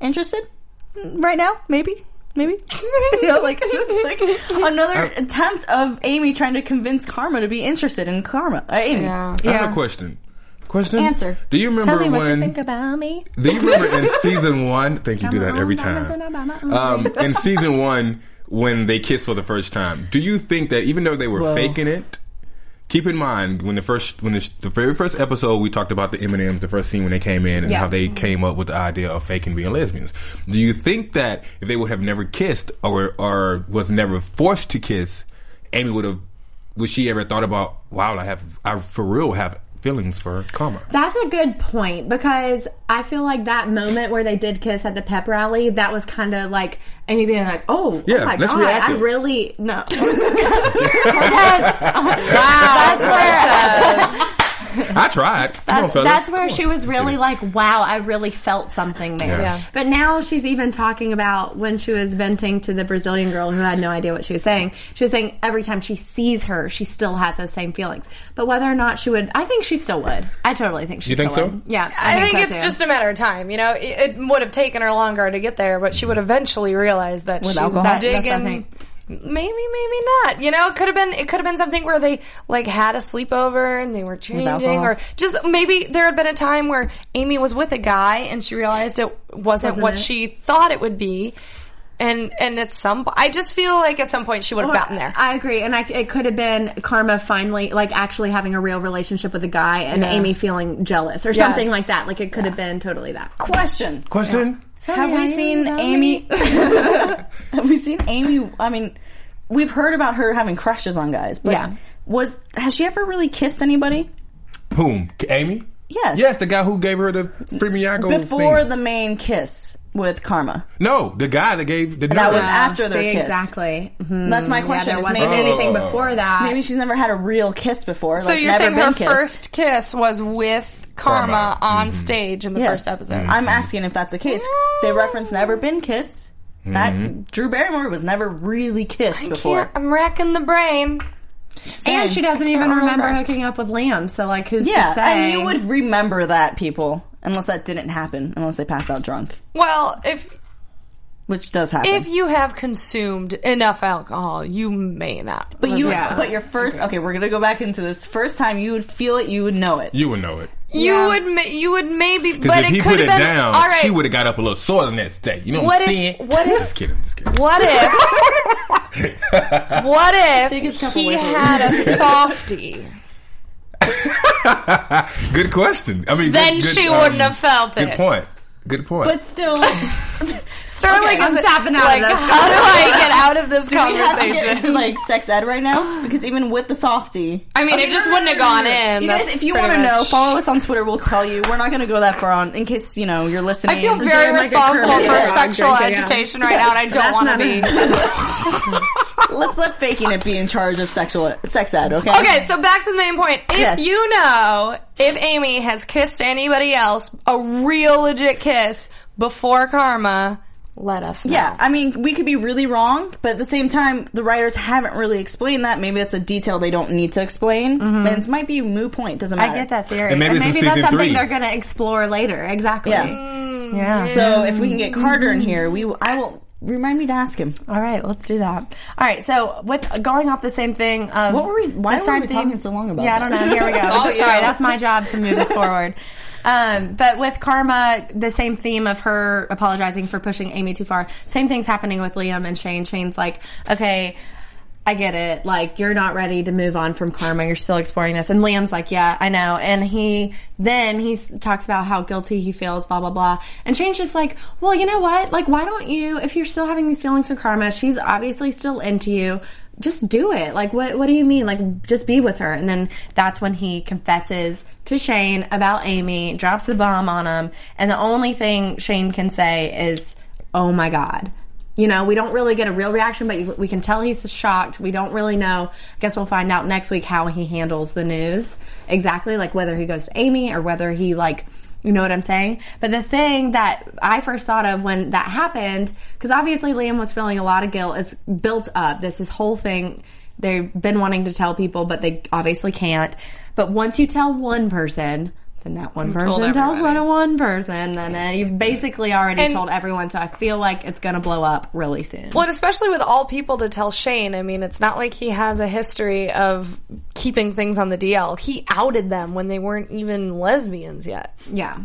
[SPEAKER 4] interested Mm, right now? Maybe." Maybe you know, like, like another attempt of Amy trying to convince Karma to be interested in Karma. Uh, Amy,
[SPEAKER 3] I have
[SPEAKER 2] Yeah.
[SPEAKER 3] a question. Question.
[SPEAKER 4] Answer.
[SPEAKER 3] Do you remember
[SPEAKER 2] Tell me
[SPEAKER 3] when?
[SPEAKER 2] what you think about me.
[SPEAKER 3] Do you remember in season one? I think you do that every time. Um, in season one, when they kissed for the first time, do you think that even though they were faking it, keep in mind when the first when the, the very first episode we talked about the Eminems, the first scene when they came in and
[SPEAKER 2] Yeah.
[SPEAKER 3] how they came up with the idea of faking being lesbians. Do you think that if they would have never kissed or or was never forced to kiss, Amy would have? Would she ever thought about? Wow, I have I for real have feelings for Karma.
[SPEAKER 2] That's a good point because I feel like that moment where they did kiss at the pep rally, that was kind of like Amy being like, "Oh,
[SPEAKER 3] Yeah,
[SPEAKER 2] oh my
[SPEAKER 3] let's
[SPEAKER 2] god,
[SPEAKER 3] react
[SPEAKER 2] I
[SPEAKER 3] it.
[SPEAKER 2] really no." that's where
[SPEAKER 3] I tried. Come on,
[SPEAKER 2] that's,
[SPEAKER 3] fellas.
[SPEAKER 2] that's where
[SPEAKER 3] Come
[SPEAKER 2] she
[SPEAKER 3] on.
[SPEAKER 2] was
[SPEAKER 3] Let's
[SPEAKER 2] really
[SPEAKER 3] get it.
[SPEAKER 2] like, "Wow, I really felt something there."
[SPEAKER 3] Yeah. Yeah.
[SPEAKER 2] But now she's even talking about when she was venting to the Brazilian girl who had no idea what she was saying. She was saying every time she sees her, she still has those same feelings. But whether or not she would, I think she still would. I totally think she.
[SPEAKER 3] You think
[SPEAKER 2] still
[SPEAKER 3] so?
[SPEAKER 2] Would. Yeah,
[SPEAKER 1] I think,
[SPEAKER 2] so,
[SPEAKER 1] it's
[SPEAKER 2] too.
[SPEAKER 1] just a matter of time. You know, it, it would have taken her longer to get there, but she would eventually realize that she's
[SPEAKER 2] alcohol. That- that's what I
[SPEAKER 1] digging.
[SPEAKER 2] think.
[SPEAKER 1] Maybe, maybe not. You know, it could have been. It could have been something where they like had a sleepover and they were changing,
[SPEAKER 4] alcohol.
[SPEAKER 1] or just maybe there had been a time where Amy was with a guy and she realized it wasn't,
[SPEAKER 2] Wasn't
[SPEAKER 1] what
[SPEAKER 2] it?
[SPEAKER 1] she thought it would be. And and at some, po- I just feel like at some point she would have gotten there.
[SPEAKER 2] Oh, I agree, and I, it could have been Karma finally, like actually having a real relationship with a guy, and
[SPEAKER 1] Yeah.
[SPEAKER 2] Amy feeling jealous or something like that. Like it could have been totally that.
[SPEAKER 4] Question.
[SPEAKER 3] Question?
[SPEAKER 4] Have we seen Amy? have we seen Amy? I mean, we've heard about her having crushes on guys, but
[SPEAKER 2] Yeah.
[SPEAKER 4] was has she ever really kissed anybody?
[SPEAKER 3] Whom? K- Amy?
[SPEAKER 4] Yes.
[SPEAKER 3] Yes, the guy who gave her the free Miyago
[SPEAKER 4] Before
[SPEAKER 3] thing.
[SPEAKER 4] the main kiss with Karma.
[SPEAKER 3] No, the guy that gave the
[SPEAKER 4] That was
[SPEAKER 3] nurse.
[SPEAKER 4] after their
[SPEAKER 2] See,
[SPEAKER 4] kiss.
[SPEAKER 2] exactly. Mm-hmm.
[SPEAKER 4] That's
[SPEAKER 1] Mm,
[SPEAKER 4] my
[SPEAKER 2] Yeah,
[SPEAKER 4] question.
[SPEAKER 2] there
[SPEAKER 4] is
[SPEAKER 2] wasn't
[SPEAKER 4] maybe,
[SPEAKER 2] anything
[SPEAKER 3] Oh.
[SPEAKER 2] before that.
[SPEAKER 4] maybe she's never had a real kiss before.
[SPEAKER 1] so
[SPEAKER 4] like,
[SPEAKER 1] you're
[SPEAKER 4] never
[SPEAKER 1] saying
[SPEAKER 4] been
[SPEAKER 1] her
[SPEAKER 4] kissed.
[SPEAKER 1] first kiss was with Karma,
[SPEAKER 3] Karma.
[SPEAKER 1] on stage in the
[SPEAKER 4] Yes.
[SPEAKER 1] first episode.
[SPEAKER 4] I'm asking if that's the case. They reference never been kissed. That Drew Barrymore was never really kissed before.
[SPEAKER 1] Can't- I'm racking the brain.
[SPEAKER 2] and she doesn't even
[SPEAKER 1] remember.
[SPEAKER 2] remember hooking up with Liam. So like, who's
[SPEAKER 4] Yeah,
[SPEAKER 2] to say?
[SPEAKER 4] and you would remember that people, unless that didn't happen, unless they pass out drunk,
[SPEAKER 1] Well, if
[SPEAKER 4] which does happen.
[SPEAKER 1] if you have consumed enough alcohol, you may not.
[SPEAKER 4] but you,
[SPEAKER 2] Yeah.
[SPEAKER 4] but your first, okay, we're gonna go back into this. First time you would feel it, you would know it.
[SPEAKER 3] You would know it.
[SPEAKER 1] you would ma- you would maybe,
[SPEAKER 3] Because
[SPEAKER 1] but
[SPEAKER 3] if
[SPEAKER 1] it
[SPEAKER 3] he
[SPEAKER 1] could
[SPEAKER 3] put it
[SPEAKER 1] have been
[SPEAKER 3] down,
[SPEAKER 1] all right.
[SPEAKER 3] she would have got up a little sore the next day. You know what,
[SPEAKER 1] What
[SPEAKER 3] I'm
[SPEAKER 1] if-
[SPEAKER 3] saying?
[SPEAKER 1] what if-
[SPEAKER 3] Just kidding. Just kidding.
[SPEAKER 1] what if? what
[SPEAKER 4] Biggest
[SPEAKER 1] if
[SPEAKER 4] couple
[SPEAKER 1] he
[SPEAKER 4] with it.
[SPEAKER 1] had a softie?
[SPEAKER 3] Good question. I mean,
[SPEAKER 1] Then
[SPEAKER 3] good- good,
[SPEAKER 1] she
[SPEAKER 3] um,
[SPEAKER 1] wouldn't have felt
[SPEAKER 3] Good
[SPEAKER 1] it.
[SPEAKER 3] point. Good point.
[SPEAKER 4] But still,
[SPEAKER 1] Sterling
[SPEAKER 2] I'm
[SPEAKER 1] is
[SPEAKER 2] tapping out
[SPEAKER 1] like,
[SPEAKER 2] of this.
[SPEAKER 1] how do I get out of this
[SPEAKER 4] we have to get into
[SPEAKER 1] conversation?
[SPEAKER 4] like sex ed right now because even with the softie,
[SPEAKER 1] I mean, it just wouldn't have gone in.
[SPEAKER 4] You guys,
[SPEAKER 1] That's
[SPEAKER 4] if you
[SPEAKER 1] pretty
[SPEAKER 4] want to
[SPEAKER 1] much-
[SPEAKER 4] know, follow us on Twitter. We'll tell you. We're not gonna go that far on in case you know you're listening.
[SPEAKER 1] I feel
[SPEAKER 4] We're
[SPEAKER 1] very
[SPEAKER 4] doing, like, a
[SPEAKER 1] responsible
[SPEAKER 4] curly
[SPEAKER 1] for
[SPEAKER 4] hair.
[SPEAKER 1] sexual
[SPEAKER 2] drinking, yeah.
[SPEAKER 1] education right now, and I don't
[SPEAKER 2] that's
[SPEAKER 1] want to
[SPEAKER 2] not
[SPEAKER 1] be.
[SPEAKER 4] Let's let faking it be in charge of sexual sex ed. Okay.
[SPEAKER 1] Okay, so back to the main point. If
[SPEAKER 4] Yes.
[SPEAKER 1] you know if Amy has kissed anybody else, a real legit kiss before Karma, let us know.
[SPEAKER 4] Yeah, I mean, we could be really wrong, but at the same time, the writers haven't really explained that. Maybe that's a detail they don't need to explain, and it might be a moot point. Doesn't matter.
[SPEAKER 2] Mm-hmm. I get that theory,
[SPEAKER 3] And maybe it's in
[SPEAKER 2] that's
[SPEAKER 3] season
[SPEAKER 2] something
[SPEAKER 3] three.
[SPEAKER 2] they're going to explore later. Exactly.
[SPEAKER 4] Yeah.
[SPEAKER 2] yeah.
[SPEAKER 4] So if we can get Carter in here, we will- I will remind me to ask him.
[SPEAKER 2] All right, let's do that. All right, so with going off the same thing of
[SPEAKER 4] What were we- why
[SPEAKER 2] the
[SPEAKER 4] were
[SPEAKER 2] same
[SPEAKER 4] we talking so long about
[SPEAKER 2] Yeah, I
[SPEAKER 4] that?
[SPEAKER 2] don't know. Here we go.
[SPEAKER 1] all
[SPEAKER 2] Sorry,
[SPEAKER 1] you.
[SPEAKER 2] that's my job to move this forward. Um, but with Karma, the same theme of her apologizing for pushing Amy too far. Same thing's happening with Liam and Shane. Shane's like, okay. I get it. Like, you're not ready to move on from karma. You're still exploring this. And Liam's like, yeah, I know. And he, then he s- talks about how guilty he feels, blah, blah, blah. And Shane's just like, well, you know what? Like, why don't you, if you're still having these feelings for karma, she's obviously still into you. Just do it. Like, what, what do you mean? Like, just be with her. And then that's when he confesses to Shane about Amy, drops the bomb on him. And the only thing Shane can say is, oh my God you know, we don't really get a real reaction, but you- we can tell he's shocked. We don't really know. I guess we'll find out next week how he handles the news exactly, like whether he goes to Amy or whether he like, you know what I'm saying? But the thing that I first thought of when that happened, because obviously Liam was feeling a lot of guilt. It's built up. This this whole thing. They've been wanting to tell people, but they obviously can't. But once you tell one person. Then that one person tells
[SPEAKER 1] everybody.
[SPEAKER 2] one one person, then uh, you've basically already
[SPEAKER 1] And-
[SPEAKER 2] told everyone. So I feel like it's going to blow up really soon.
[SPEAKER 1] Well, and especially with all people to tell Shane, I mean, it's not like he has a history of keeping things on the DL. He outed them when they weren't even lesbians yet.
[SPEAKER 2] yeah.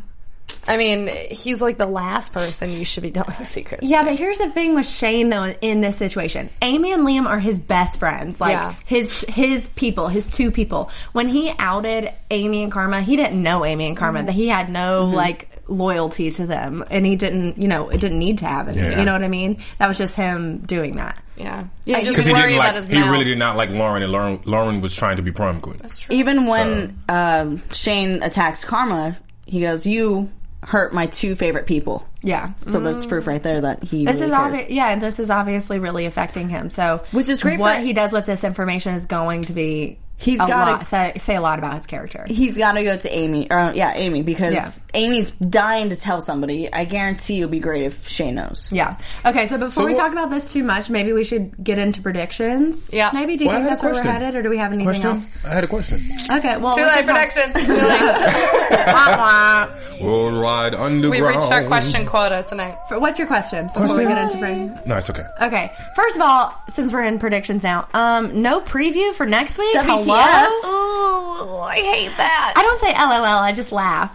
[SPEAKER 1] I mean, he's like the last person you should be telling secrets.
[SPEAKER 2] Yeah, but here's the thing with Shane though in this situation. Amy and Liam are his best friends. Like
[SPEAKER 1] Yeah.
[SPEAKER 2] his his people, his two people. When he outed Amy and Karma, he didn't know Amy and
[SPEAKER 4] Mm-hmm.
[SPEAKER 2] Karma. That he had no like loyalty to them and he didn't, you know, it didn't need to have it.
[SPEAKER 3] Yeah.
[SPEAKER 2] You know what I mean? That was just him doing that.
[SPEAKER 1] Yeah.
[SPEAKER 4] Yeah,
[SPEAKER 1] I just
[SPEAKER 4] he
[SPEAKER 1] worry
[SPEAKER 3] he didn't
[SPEAKER 1] about
[SPEAKER 3] like.
[SPEAKER 1] his
[SPEAKER 3] he
[SPEAKER 1] mouth.
[SPEAKER 3] really did not like Lauren, and Lauren, Lauren was trying to be prom queen.
[SPEAKER 4] Even when um, Shane attacks Karma, he goes, "You hurt my two favorite people."
[SPEAKER 2] Yeah.
[SPEAKER 4] So that's proof right there that he.
[SPEAKER 2] Mm-hmm. Mm. This
[SPEAKER 4] really
[SPEAKER 2] is
[SPEAKER 4] cares.
[SPEAKER 2] obvi- yeah, this is obviously really affecting him. So,
[SPEAKER 4] Which is great
[SPEAKER 2] What
[SPEAKER 4] for-
[SPEAKER 2] he does with this information is going to be
[SPEAKER 4] He's
[SPEAKER 2] a
[SPEAKER 4] gotta-
[SPEAKER 2] lot, say, say a lot about his character.
[SPEAKER 4] He's got to go to Amy. Or, yeah, Amy because
[SPEAKER 2] Yeah.
[SPEAKER 4] Amy's dying to tell somebody. I guarantee it'll be great if Shane knows.
[SPEAKER 2] yeah. Okay. So before we
[SPEAKER 3] what-
[SPEAKER 2] talk about this too much, maybe we should get into predictions.
[SPEAKER 1] Yeah.
[SPEAKER 2] Maybe do you
[SPEAKER 3] Well, I
[SPEAKER 2] think
[SPEAKER 3] had a
[SPEAKER 2] that's where we're
[SPEAKER 3] question.
[SPEAKER 2] headed, or do we have anything
[SPEAKER 3] Question?
[SPEAKER 2] else?
[SPEAKER 3] I had a question.
[SPEAKER 2] Okay. Well,
[SPEAKER 1] Too
[SPEAKER 2] we
[SPEAKER 1] late,
[SPEAKER 2] can talk-
[SPEAKER 1] predictions. Too late.
[SPEAKER 2] Wah, wah.
[SPEAKER 3] We'll ride underground.
[SPEAKER 1] We reached our question quota tonight.
[SPEAKER 2] What's your question? Before we
[SPEAKER 3] Question?
[SPEAKER 2] get into pre-
[SPEAKER 3] No, it's okay.
[SPEAKER 2] Okay. First of all, since we're in predictions now, um, no preview for next week. Hello.
[SPEAKER 4] WTF?
[SPEAKER 1] Ooh, I hate that.
[SPEAKER 2] I don't say LOL. I just laugh.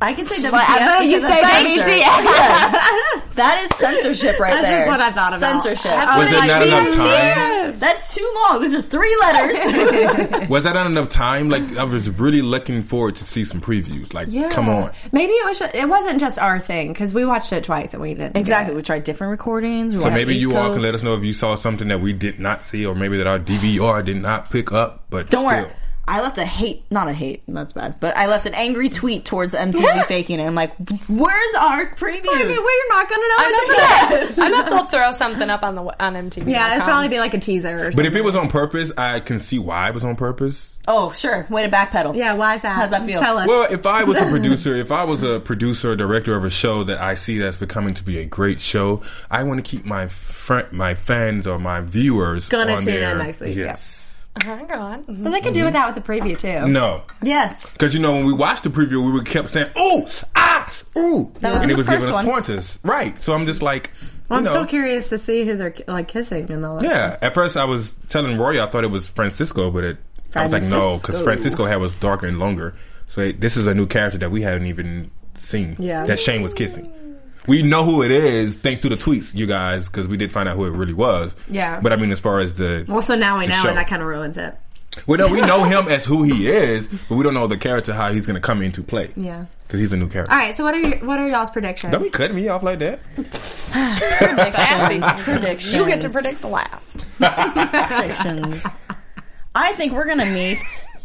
[SPEAKER 4] I can say WTF.
[SPEAKER 2] But I thought you
[SPEAKER 4] because that's
[SPEAKER 2] said
[SPEAKER 4] censored.
[SPEAKER 2] WTF.
[SPEAKER 4] That is censorship right
[SPEAKER 2] That's
[SPEAKER 4] there.
[SPEAKER 2] just what I thought about.
[SPEAKER 4] Censorship.
[SPEAKER 2] That's
[SPEAKER 3] Was
[SPEAKER 2] what
[SPEAKER 3] there
[SPEAKER 2] I-
[SPEAKER 3] not enough
[SPEAKER 2] Yes.
[SPEAKER 3] time?
[SPEAKER 4] That's too long. This is three letters.
[SPEAKER 3] Was that not enough time? Like I was really looking forward to see some previews. Like,
[SPEAKER 2] Yeah.
[SPEAKER 3] come on.
[SPEAKER 2] Maybe it was. It wasn't just our thing because we watched it twice and we didn't. get
[SPEAKER 4] exactly.
[SPEAKER 2] it.
[SPEAKER 4] We tried different recordings. We
[SPEAKER 3] So
[SPEAKER 4] watched
[SPEAKER 3] maybe
[SPEAKER 4] East
[SPEAKER 3] you all can
[SPEAKER 4] Coast.
[SPEAKER 3] let us know if you saw something that we did not see, or maybe that our DVR did not pick up. But
[SPEAKER 4] Don't
[SPEAKER 3] still.
[SPEAKER 4] worry. I left a hate, not a hate, that's bad, but I left an angry tweet towards MTV faking it. I'm like, where's our previews?
[SPEAKER 2] I mean, we're not gonna know
[SPEAKER 1] I'm
[SPEAKER 2] enough of
[SPEAKER 1] just-
[SPEAKER 2] that.
[SPEAKER 1] I bet they'll throw something up on the on MTV.
[SPEAKER 2] Yeah, it'd probably be like a teaser. Or
[SPEAKER 3] But
[SPEAKER 2] something.
[SPEAKER 3] if it was on purpose, I can see why it was on purpose.
[SPEAKER 4] oh, sure. Way to backpedal.
[SPEAKER 2] yeah, why is that?
[SPEAKER 4] How's that feel?
[SPEAKER 2] Tell us.
[SPEAKER 3] Well, if I was a producer, if I was a producer or director of a show that I see that's becoming to be a great show, I want to keep my fr- my fans or my viewers
[SPEAKER 2] Gonna
[SPEAKER 3] on
[SPEAKER 2] tune in
[SPEAKER 3] their-
[SPEAKER 2] next week, yep.
[SPEAKER 3] Yes.
[SPEAKER 1] Hang Uh-huh, on. Mm-hmm.
[SPEAKER 2] but they could do without with the preview too.
[SPEAKER 3] mm-hmm. No.
[SPEAKER 4] Yes.
[SPEAKER 3] Because you know when we watched the preview, we were kept saying "ooh, ah, ooh,"
[SPEAKER 4] was
[SPEAKER 3] and
[SPEAKER 4] in
[SPEAKER 3] it
[SPEAKER 4] the
[SPEAKER 3] was
[SPEAKER 4] first
[SPEAKER 3] giving us
[SPEAKER 4] one.
[SPEAKER 3] pointers, right? So I'm just like,
[SPEAKER 2] Well, I'm
[SPEAKER 3] you know,
[SPEAKER 2] still curious to see who they're like kissing and all that.
[SPEAKER 3] yeah. At first, I was telling Rory I thought it was Francisco, but it, I was like, no, because
[SPEAKER 4] Francisco.
[SPEAKER 3] Francisco hair was darker and longer. So it- this is a new character that we haven't even seen.
[SPEAKER 2] Yeah.
[SPEAKER 3] that Shane was kissing. We know who it is thanks to the tweets, you guys, because we did find out who it really was.
[SPEAKER 2] Yeah.
[SPEAKER 3] But I mean, as far as the
[SPEAKER 2] Well, so now we
[SPEAKER 3] the
[SPEAKER 2] know,
[SPEAKER 3] show.
[SPEAKER 2] and that kind of ruins it.
[SPEAKER 3] well, no, we know him as who he is, but we don't know the character how he's going to come into play.
[SPEAKER 2] Yeah.
[SPEAKER 3] because he's a new character.
[SPEAKER 2] All right. So what are your, what are y'all's predictions?
[SPEAKER 3] Don't be cutting me off like that.
[SPEAKER 4] Predictions.
[SPEAKER 1] You get to predict last.
[SPEAKER 4] predictions. I think we're going to meet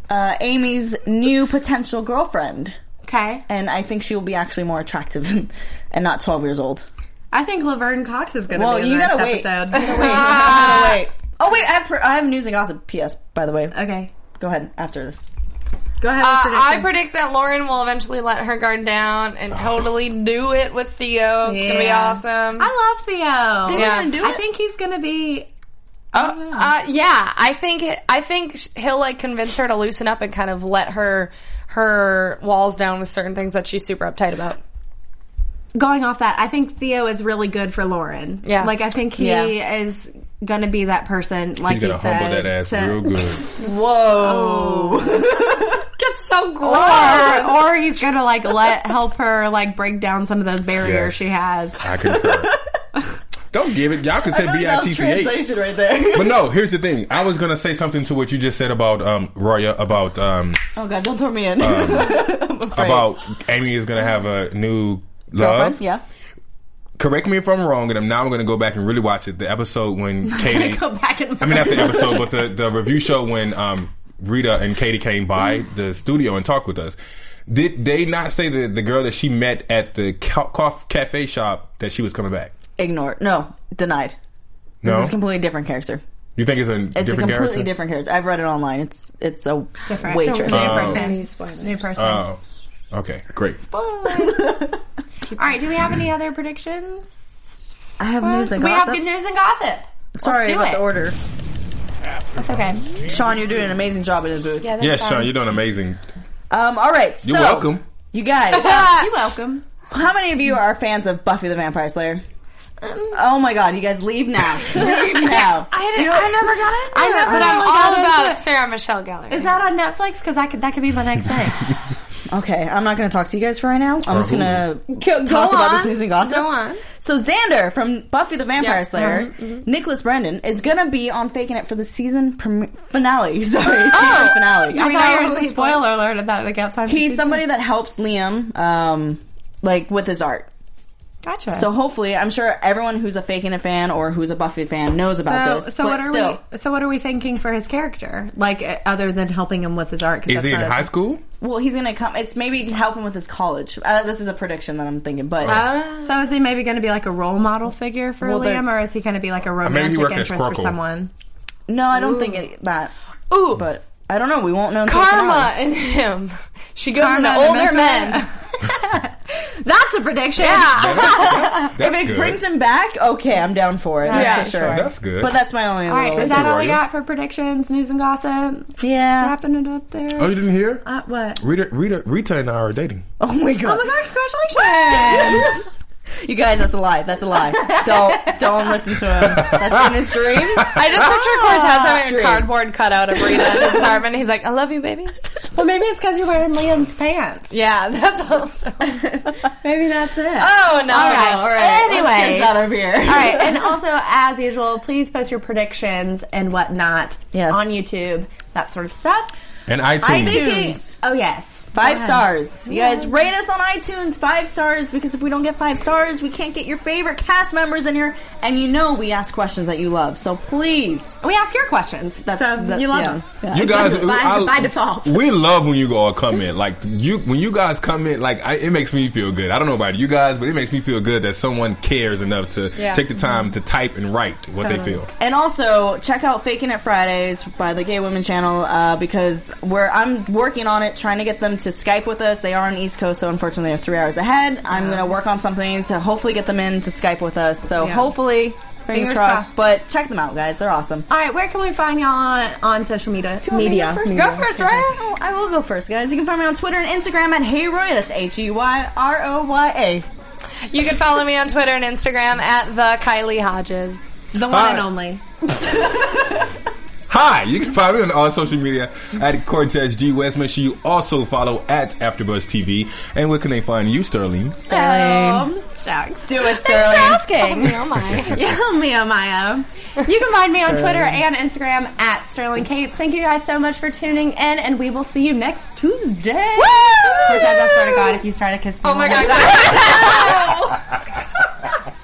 [SPEAKER 4] uh, Amy's new potential girlfriend.
[SPEAKER 2] Okay.
[SPEAKER 4] And I think she will be actually more attractive and not 12 years old.
[SPEAKER 2] I think Laverne Cox is going to
[SPEAKER 4] Well,
[SPEAKER 2] be in
[SPEAKER 4] you
[SPEAKER 2] the
[SPEAKER 4] gotta
[SPEAKER 2] next
[SPEAKER 4] wait.
[SPEAKER 2] episode.
[SPEAKER 4] Oh, wait. Oh, wait. I have, per- I have news and gossip. P.S. By the way.
[SPEAKER 2] okay.
[SPEAKER 4] Go ahead after this.
[SPEAKER 2] Go ahead.
[SPEAKER 1] Uh,
[SPEAKER 2] with
[SPEAKER 1] I
[SPEAKER 2] predictions.
[SPEAKER 1] predict that Lauren will eventually let her guard down and totally do it with Theo. It's gonna be
[SPEAKER 2] Yeah.
[SPEAKER 1] awesome.
[SPEAKER 2] I love Theo.
[SPEAKER 1] Yeah.
[SPEAKER 4] gonna do
[SPEAKER 2] I
[SPEAKER 4] it?
[SPEAKER 2] think he's going to be.
[SPEAKER 1] Uh, yeah, I think I think sh- he'll like convince her to loosen up and kind of let her her walls down with certain things that she's super uptight about.
[SPEAKER 2] Going off that, I think Theo is really good for Lauren.
[SPEAKER 1] Yeah.
[SPEAKER 2] Like I think he
[SPEAKER 4] Yeah.
[SPEAKER 2] is going to be that person. Like
[SPEAKER 3] He's gonna
[SPEAKER 2] you said,
[SPEAKER 3] humble that ass
[SPEAKER 2] to-
[SPEAKER 3] real good. Oh,
[SPEAKER 4] Whoa.
[SPEAKER 1] It's so gross.
[SPEAKER 2] Or, or he's gonna like let help her like break down some of those
[SPEAKER 3] Yes.
[SPEAKER 2] barriers she has.
[SPEAKER 3] I concur. Don't give it. Y'all can say B I T C H.
[SPEAKER 4] translation right there.
[SPEAKER 3] But no, here's the thing. I was gonna say something to what you just said about um Roya about um
[SPEAKER 4] oh, God. Don't throw me in.
[SPEAKER 3] about Amy is gonna have a new
[SPEAKER 4] Girlfriend?
[SPEAKER 3] love.
[SPEAKER 4] Yeah.
[SPEAKER 3] Correct me if I'm wrong, and I'm now I'm gonna go back and really watch it. The episode when Katie
[SPEAKER 2] Go back and
[SPEAKER 3] I mean, not the episode, but the, the review show when um, Rita and Katie came by
[SPEAKER 4] Mm-hmm.
[SPEAKER 3] the studio and talked with us. Did they not say that the girl that she met at the ca- ca- cafe shop that she was coming back?
[SPEAKER 4] Ignored. No. Denied.
[SPEAKER 3] No,
[SPEAKER 4] This is a completely different character.
[SPEAKER 3] you think it's a
[SPEAKER 4] It's
[SPEAKER 3] different
[SPEAKER 4] a completely
[SPEAKER 3] character?
[SPEAKER 4] different character. I've read it online. It's it's a
[SPEAKER 2] different. It's
[SPEAKER 4] waitress.
[SPEAKER 3] Uh,
[SPEAKER 2] a
[SPEAKER 3] Um,
[SPEAKER 2] New person. New person.
[SPEAKER 3] Oh, okay, great.
[SPEAKER 2] All right. Do we have any other predictions?
[SPEAKER 4] I have news and
[SPEAKER 2] we
[SPEAKER 4] gossip.
[SPEAKER 2] have good news and gossip.
[SPEAKER 4] Sorry
[SPEAKER 2] Let's do
[SPEAKER 4] about
[SPEAKER 2] it.
[SPEAKER 4] the order.
[SPEAKER 2] That's okay.
[SPEAKER 4] Sean, you're doing an amazing job in the booth.
[SPEAKER 2] Yeah, that's
[SPEAKER 3] Yes,
[SPEAKER 2] fine.
[SPEAKER 3] Sean, you're doing amazing.
[SPEAKER 4] Um, all right. So,
[SPEAKER 3] You're welcome.
[SPEAKER 4] You
[SPEAKER 1] Uh,
[SPEAKER 4] guys.
[SPEAKER 2] You're welcome.
[SPEAKER 4] How many of you are fans of Buffy the Vampire Slayer?
[SPEAKER 2] Um,
[SPEAKER 4] Oh my god, you guys leave now. leave now.
[SPEAKER 1] I, didn't, I never got it. I
[SPEAKER 2] never
[SPEAKER 1] but I'm
[SPEAKER 2] really
[SPEAKER 1] all
[SPEAKER 2] got
[SPEAKER 1] about
[SPEAKER 2] into it.
[SPEAKER 1] Sarah Michelle Gellar.
[SPEAKER 2] Is that on Netflix? Because I could that could be my next thing.
[SPEAKER 4] Okay, I'm not going to talk to you guys for right now. I'm just
[SPEAKER 3] who?
[SPEAKER 4] going to
[SPEAKER 1] Go- go
[SPEAKER 4] talk about
[SPEAKER 1] on.
[SPEAKER 4] this news and gossip.
[SPEAKER 1] Go on.
[SPEAKER 4] So Xander from Buffy the Vampire
[SPEAKER 1] Yeah. Mm-hmm,
[SPEAKER 4] Slayer, Nicholas Brendan is going to be on Faking It for the season prem- finale. Sorry, season finale.
[SPEAKER 1] Oh! Do we
[SPEAKER 2] I
[SPEAKER 1] know
[SPEAKER 2] thought it was
[SPEAKER 1] who
[SPEAKER 2] a
[SPEAKER 1] he
[SPEAKER 2] spoiler alert about the outside.
[SPEAKER 4] He's somebody that helps Liam, um, like with his art.
[SPEAKER 2] Gotcha.
[SPEAKER 4] So hopefully, I'm sure everyone who's a faking a fan or who's a Buffy fan knows about
[SPEAKER 2] so,
[SPEAKER 4] this.
[SPEAKER 2] so
[SPEAKER 4] but
[SPEAKER 2] what are
[SPEAKER 4] still.
[SPEAKER 2] we? So what are we thinking for his character? Like uh, other than helping him with his art? 'cause
[SPEAKER 3] Is he
[SPEAKER 2] that's
[SPEAKER 3] in
[SPEAKER 2] not-
[SPEAKER 3] high school?
[SPEAKER 4] Well, he's gonna come. It's maybe to help him with his college. Uh, this is a prediction that I'm thinking, but
[SPEAKER 2] So is he maybe going to be like a role model figure for
[SPEAKER 4] Well, they're-
[SPEAKER 2] Liam, or is he going to be like a
[SPEAKER 3] maybe he
[SPEAKER 2] romantic
[SPEAKER 3] worked at
[SPEAKER 2] interest for
[SPEAKER 3] Squircle.
[SPEAKER 2] someone?
[SPEAKER 4] no, I don't think it, that.
[SPEAKER 1] Ooh,
[SPEAKER 4] But I don't know. We won't know. until
[SPEAKER 1] karma
[SPEAKER 4] tomorrow.
[SPEAKER 1] in him. She goes
[SPEAKER 2] Karma
[SPEAKER 1] into
[SPEAKER 2] in
[SPEAKER 1] older
[SPEAKER 2] him.
[SPEAKER 1] men.
[SPEAKER 2] That's a prediction.
[SPEAKER 1] Yeah.
[SPEAKER 4] If
[SPEAKER 3] That's
[SPEAKER 4] it
[SPEAKER 3] good.
[SPEAKER 4] brings him back, okay, I'm down for it.
[SPEAKER 1] Yeah,
[SPEAKER 4] That's for sure.
[SPEAKER 3] That's good.
[SPEAKER 4] But that's my only.
[SPEAKER 2] All right,
[SPEAKER 4] little-
[SPEAKER 2] is that all we
[SPEAKER 3] Royal.
[SPEAKER 2] got for predictions, news, and gossip?
[SPEAKER 4] yeah.
[SPEAKER 2] Wrapping it up there.
[SPEAKER 3] oh, you didn't hear?
[SPEAKER 2] Uh, what?
[SPEAKER 3] Rita, Rita, Rita and I are dating.
[SPEAKER 4] Oh my god.
[SPEAKER 2] Oh my god! Congratulations.
[SPEAKER 4] You guys, that's a lie. That's a lie. don't don't listen to him. That's in his dreams.
[SPEAKER 1] I just
[SPEAKER 2] Ah,
[SPEAKER 1] picture Cortez having a cardboard cutout of Rita in his apartment. He's like, I love you, baby.
[SPEAKER 2] well, maybe it's because you're wearing Liam's pants.
[SPEAKER 1] Yeah, that's also.
[SPEAKER 2] Maybe that's it.
[SPEAKER 1] Oh, no.
[SPEAKER 2] All right,
[SPEAKER 1] guys.
[SPEAKER 2] all right.
[SPEAKER 4] Let's
[SPEAKER 2] Anyways.
[SPEAKER 4] get out of here.
[SPEAKER 2] All right, and also as usual, please post your predictions and whatnot
[SPEAKER 4] Yes.
[SPEAKER 2] on YouTube, that sort of stuff.
[SPEAKER 3] And iTunes.
[SPEAKER 4] iTunes.
[SPEAKER 2] Oh yes,
[SPEAKER 4] Five stars. You guys rate us on iTunes five stars because if we don't get five stars, we can't get your favorite cast members in here. And you know we ask questions that you love, so please.
[SPEAKER 2] we ask your questions,
[SPEAKER 4] That's-
[SPEAKER 2] so
[SPEAKER 4] that-
[SPEAKER 2] you love
[SPEAKER 4] yeah.
[SPEAKER 2] them.
[SPEAKER 3] You guys,
[SPEAKER 2] by-
[SPEAKER 3] I-
[SPEAKER 2] by default.
[SPEAKER 3] we love when you all come in. Like you, when you guys come in, like I, it makes me feel good. I don't know about you guys, but it makes me feel good that someone cares enough to
[SPEAKER 1] Yeah.
[SPEAKER 3] take the time to type and write what they feel.
[SPEAKER 4] And also check out Faking It Fridays by the Gay Women Channel uh, because we're I'm working on it, trying to get them to Skype with us. They are on East Coast, so unfortunately they're three hours ahead. I'm gonna work on something to hopefully get them in to Skype with us. So
[SPEAKER 2] Yeah.
[SPEAKER 4] hopefully, fingers,
[SPEAKER 2] Fingers
[SPEAKER 4] crossed.
[SPEAKER 2] crossed.
[SPEAKER 4] But check them out, guys. They're awesome.
[SPEAKER 2] All right, where can we find y'all on, on social media?
[SPEAKER 4] you want me to
[SPEAKER 2] Media.
[SPEAKER 4] go first?
[SPEAKER 2] media.
[SPEAKER 1] Go first, right?
[SPEAKER 4] Oh, I will go first, guys. You can find me on Twitter and Instagram at Hey Roy. That's H E Y R O Y A.
[SPEAKER 1] You can follow me on Twitter and Instagram at the Kylie Hodges.
[SPEAKER 2] The one
[SPEAKER 3] Hi.
[SPEAKER 2] and only.
[SPEAKER 3] Hi, you can find me on all social media at Cortez G West. Make sure you also follow at AfterBuzz TV. And where can they find you, Sterling?
[SPEAKER 2] Um, shucks.
[SPEAKER 4] Do it,
[SPEAKER 2] Thanks
[SPEAKER 4] Sterling.
[SPEAKER 2] for asking.
[SPEAKER 1] Oh my.
[SPEAKER 2] Yeah, Mia Maya. You can find me on Twitter and Instagram at Sterling Cates. Thank you guys so much for tuning in, and we will see you next Tuesday. Woo! Cortez, I swear to God, if you start a kiss, me,
[SPEAKER 1] Oh my
[SPEAKER 2] we'll have
[SPEAKER 1] God.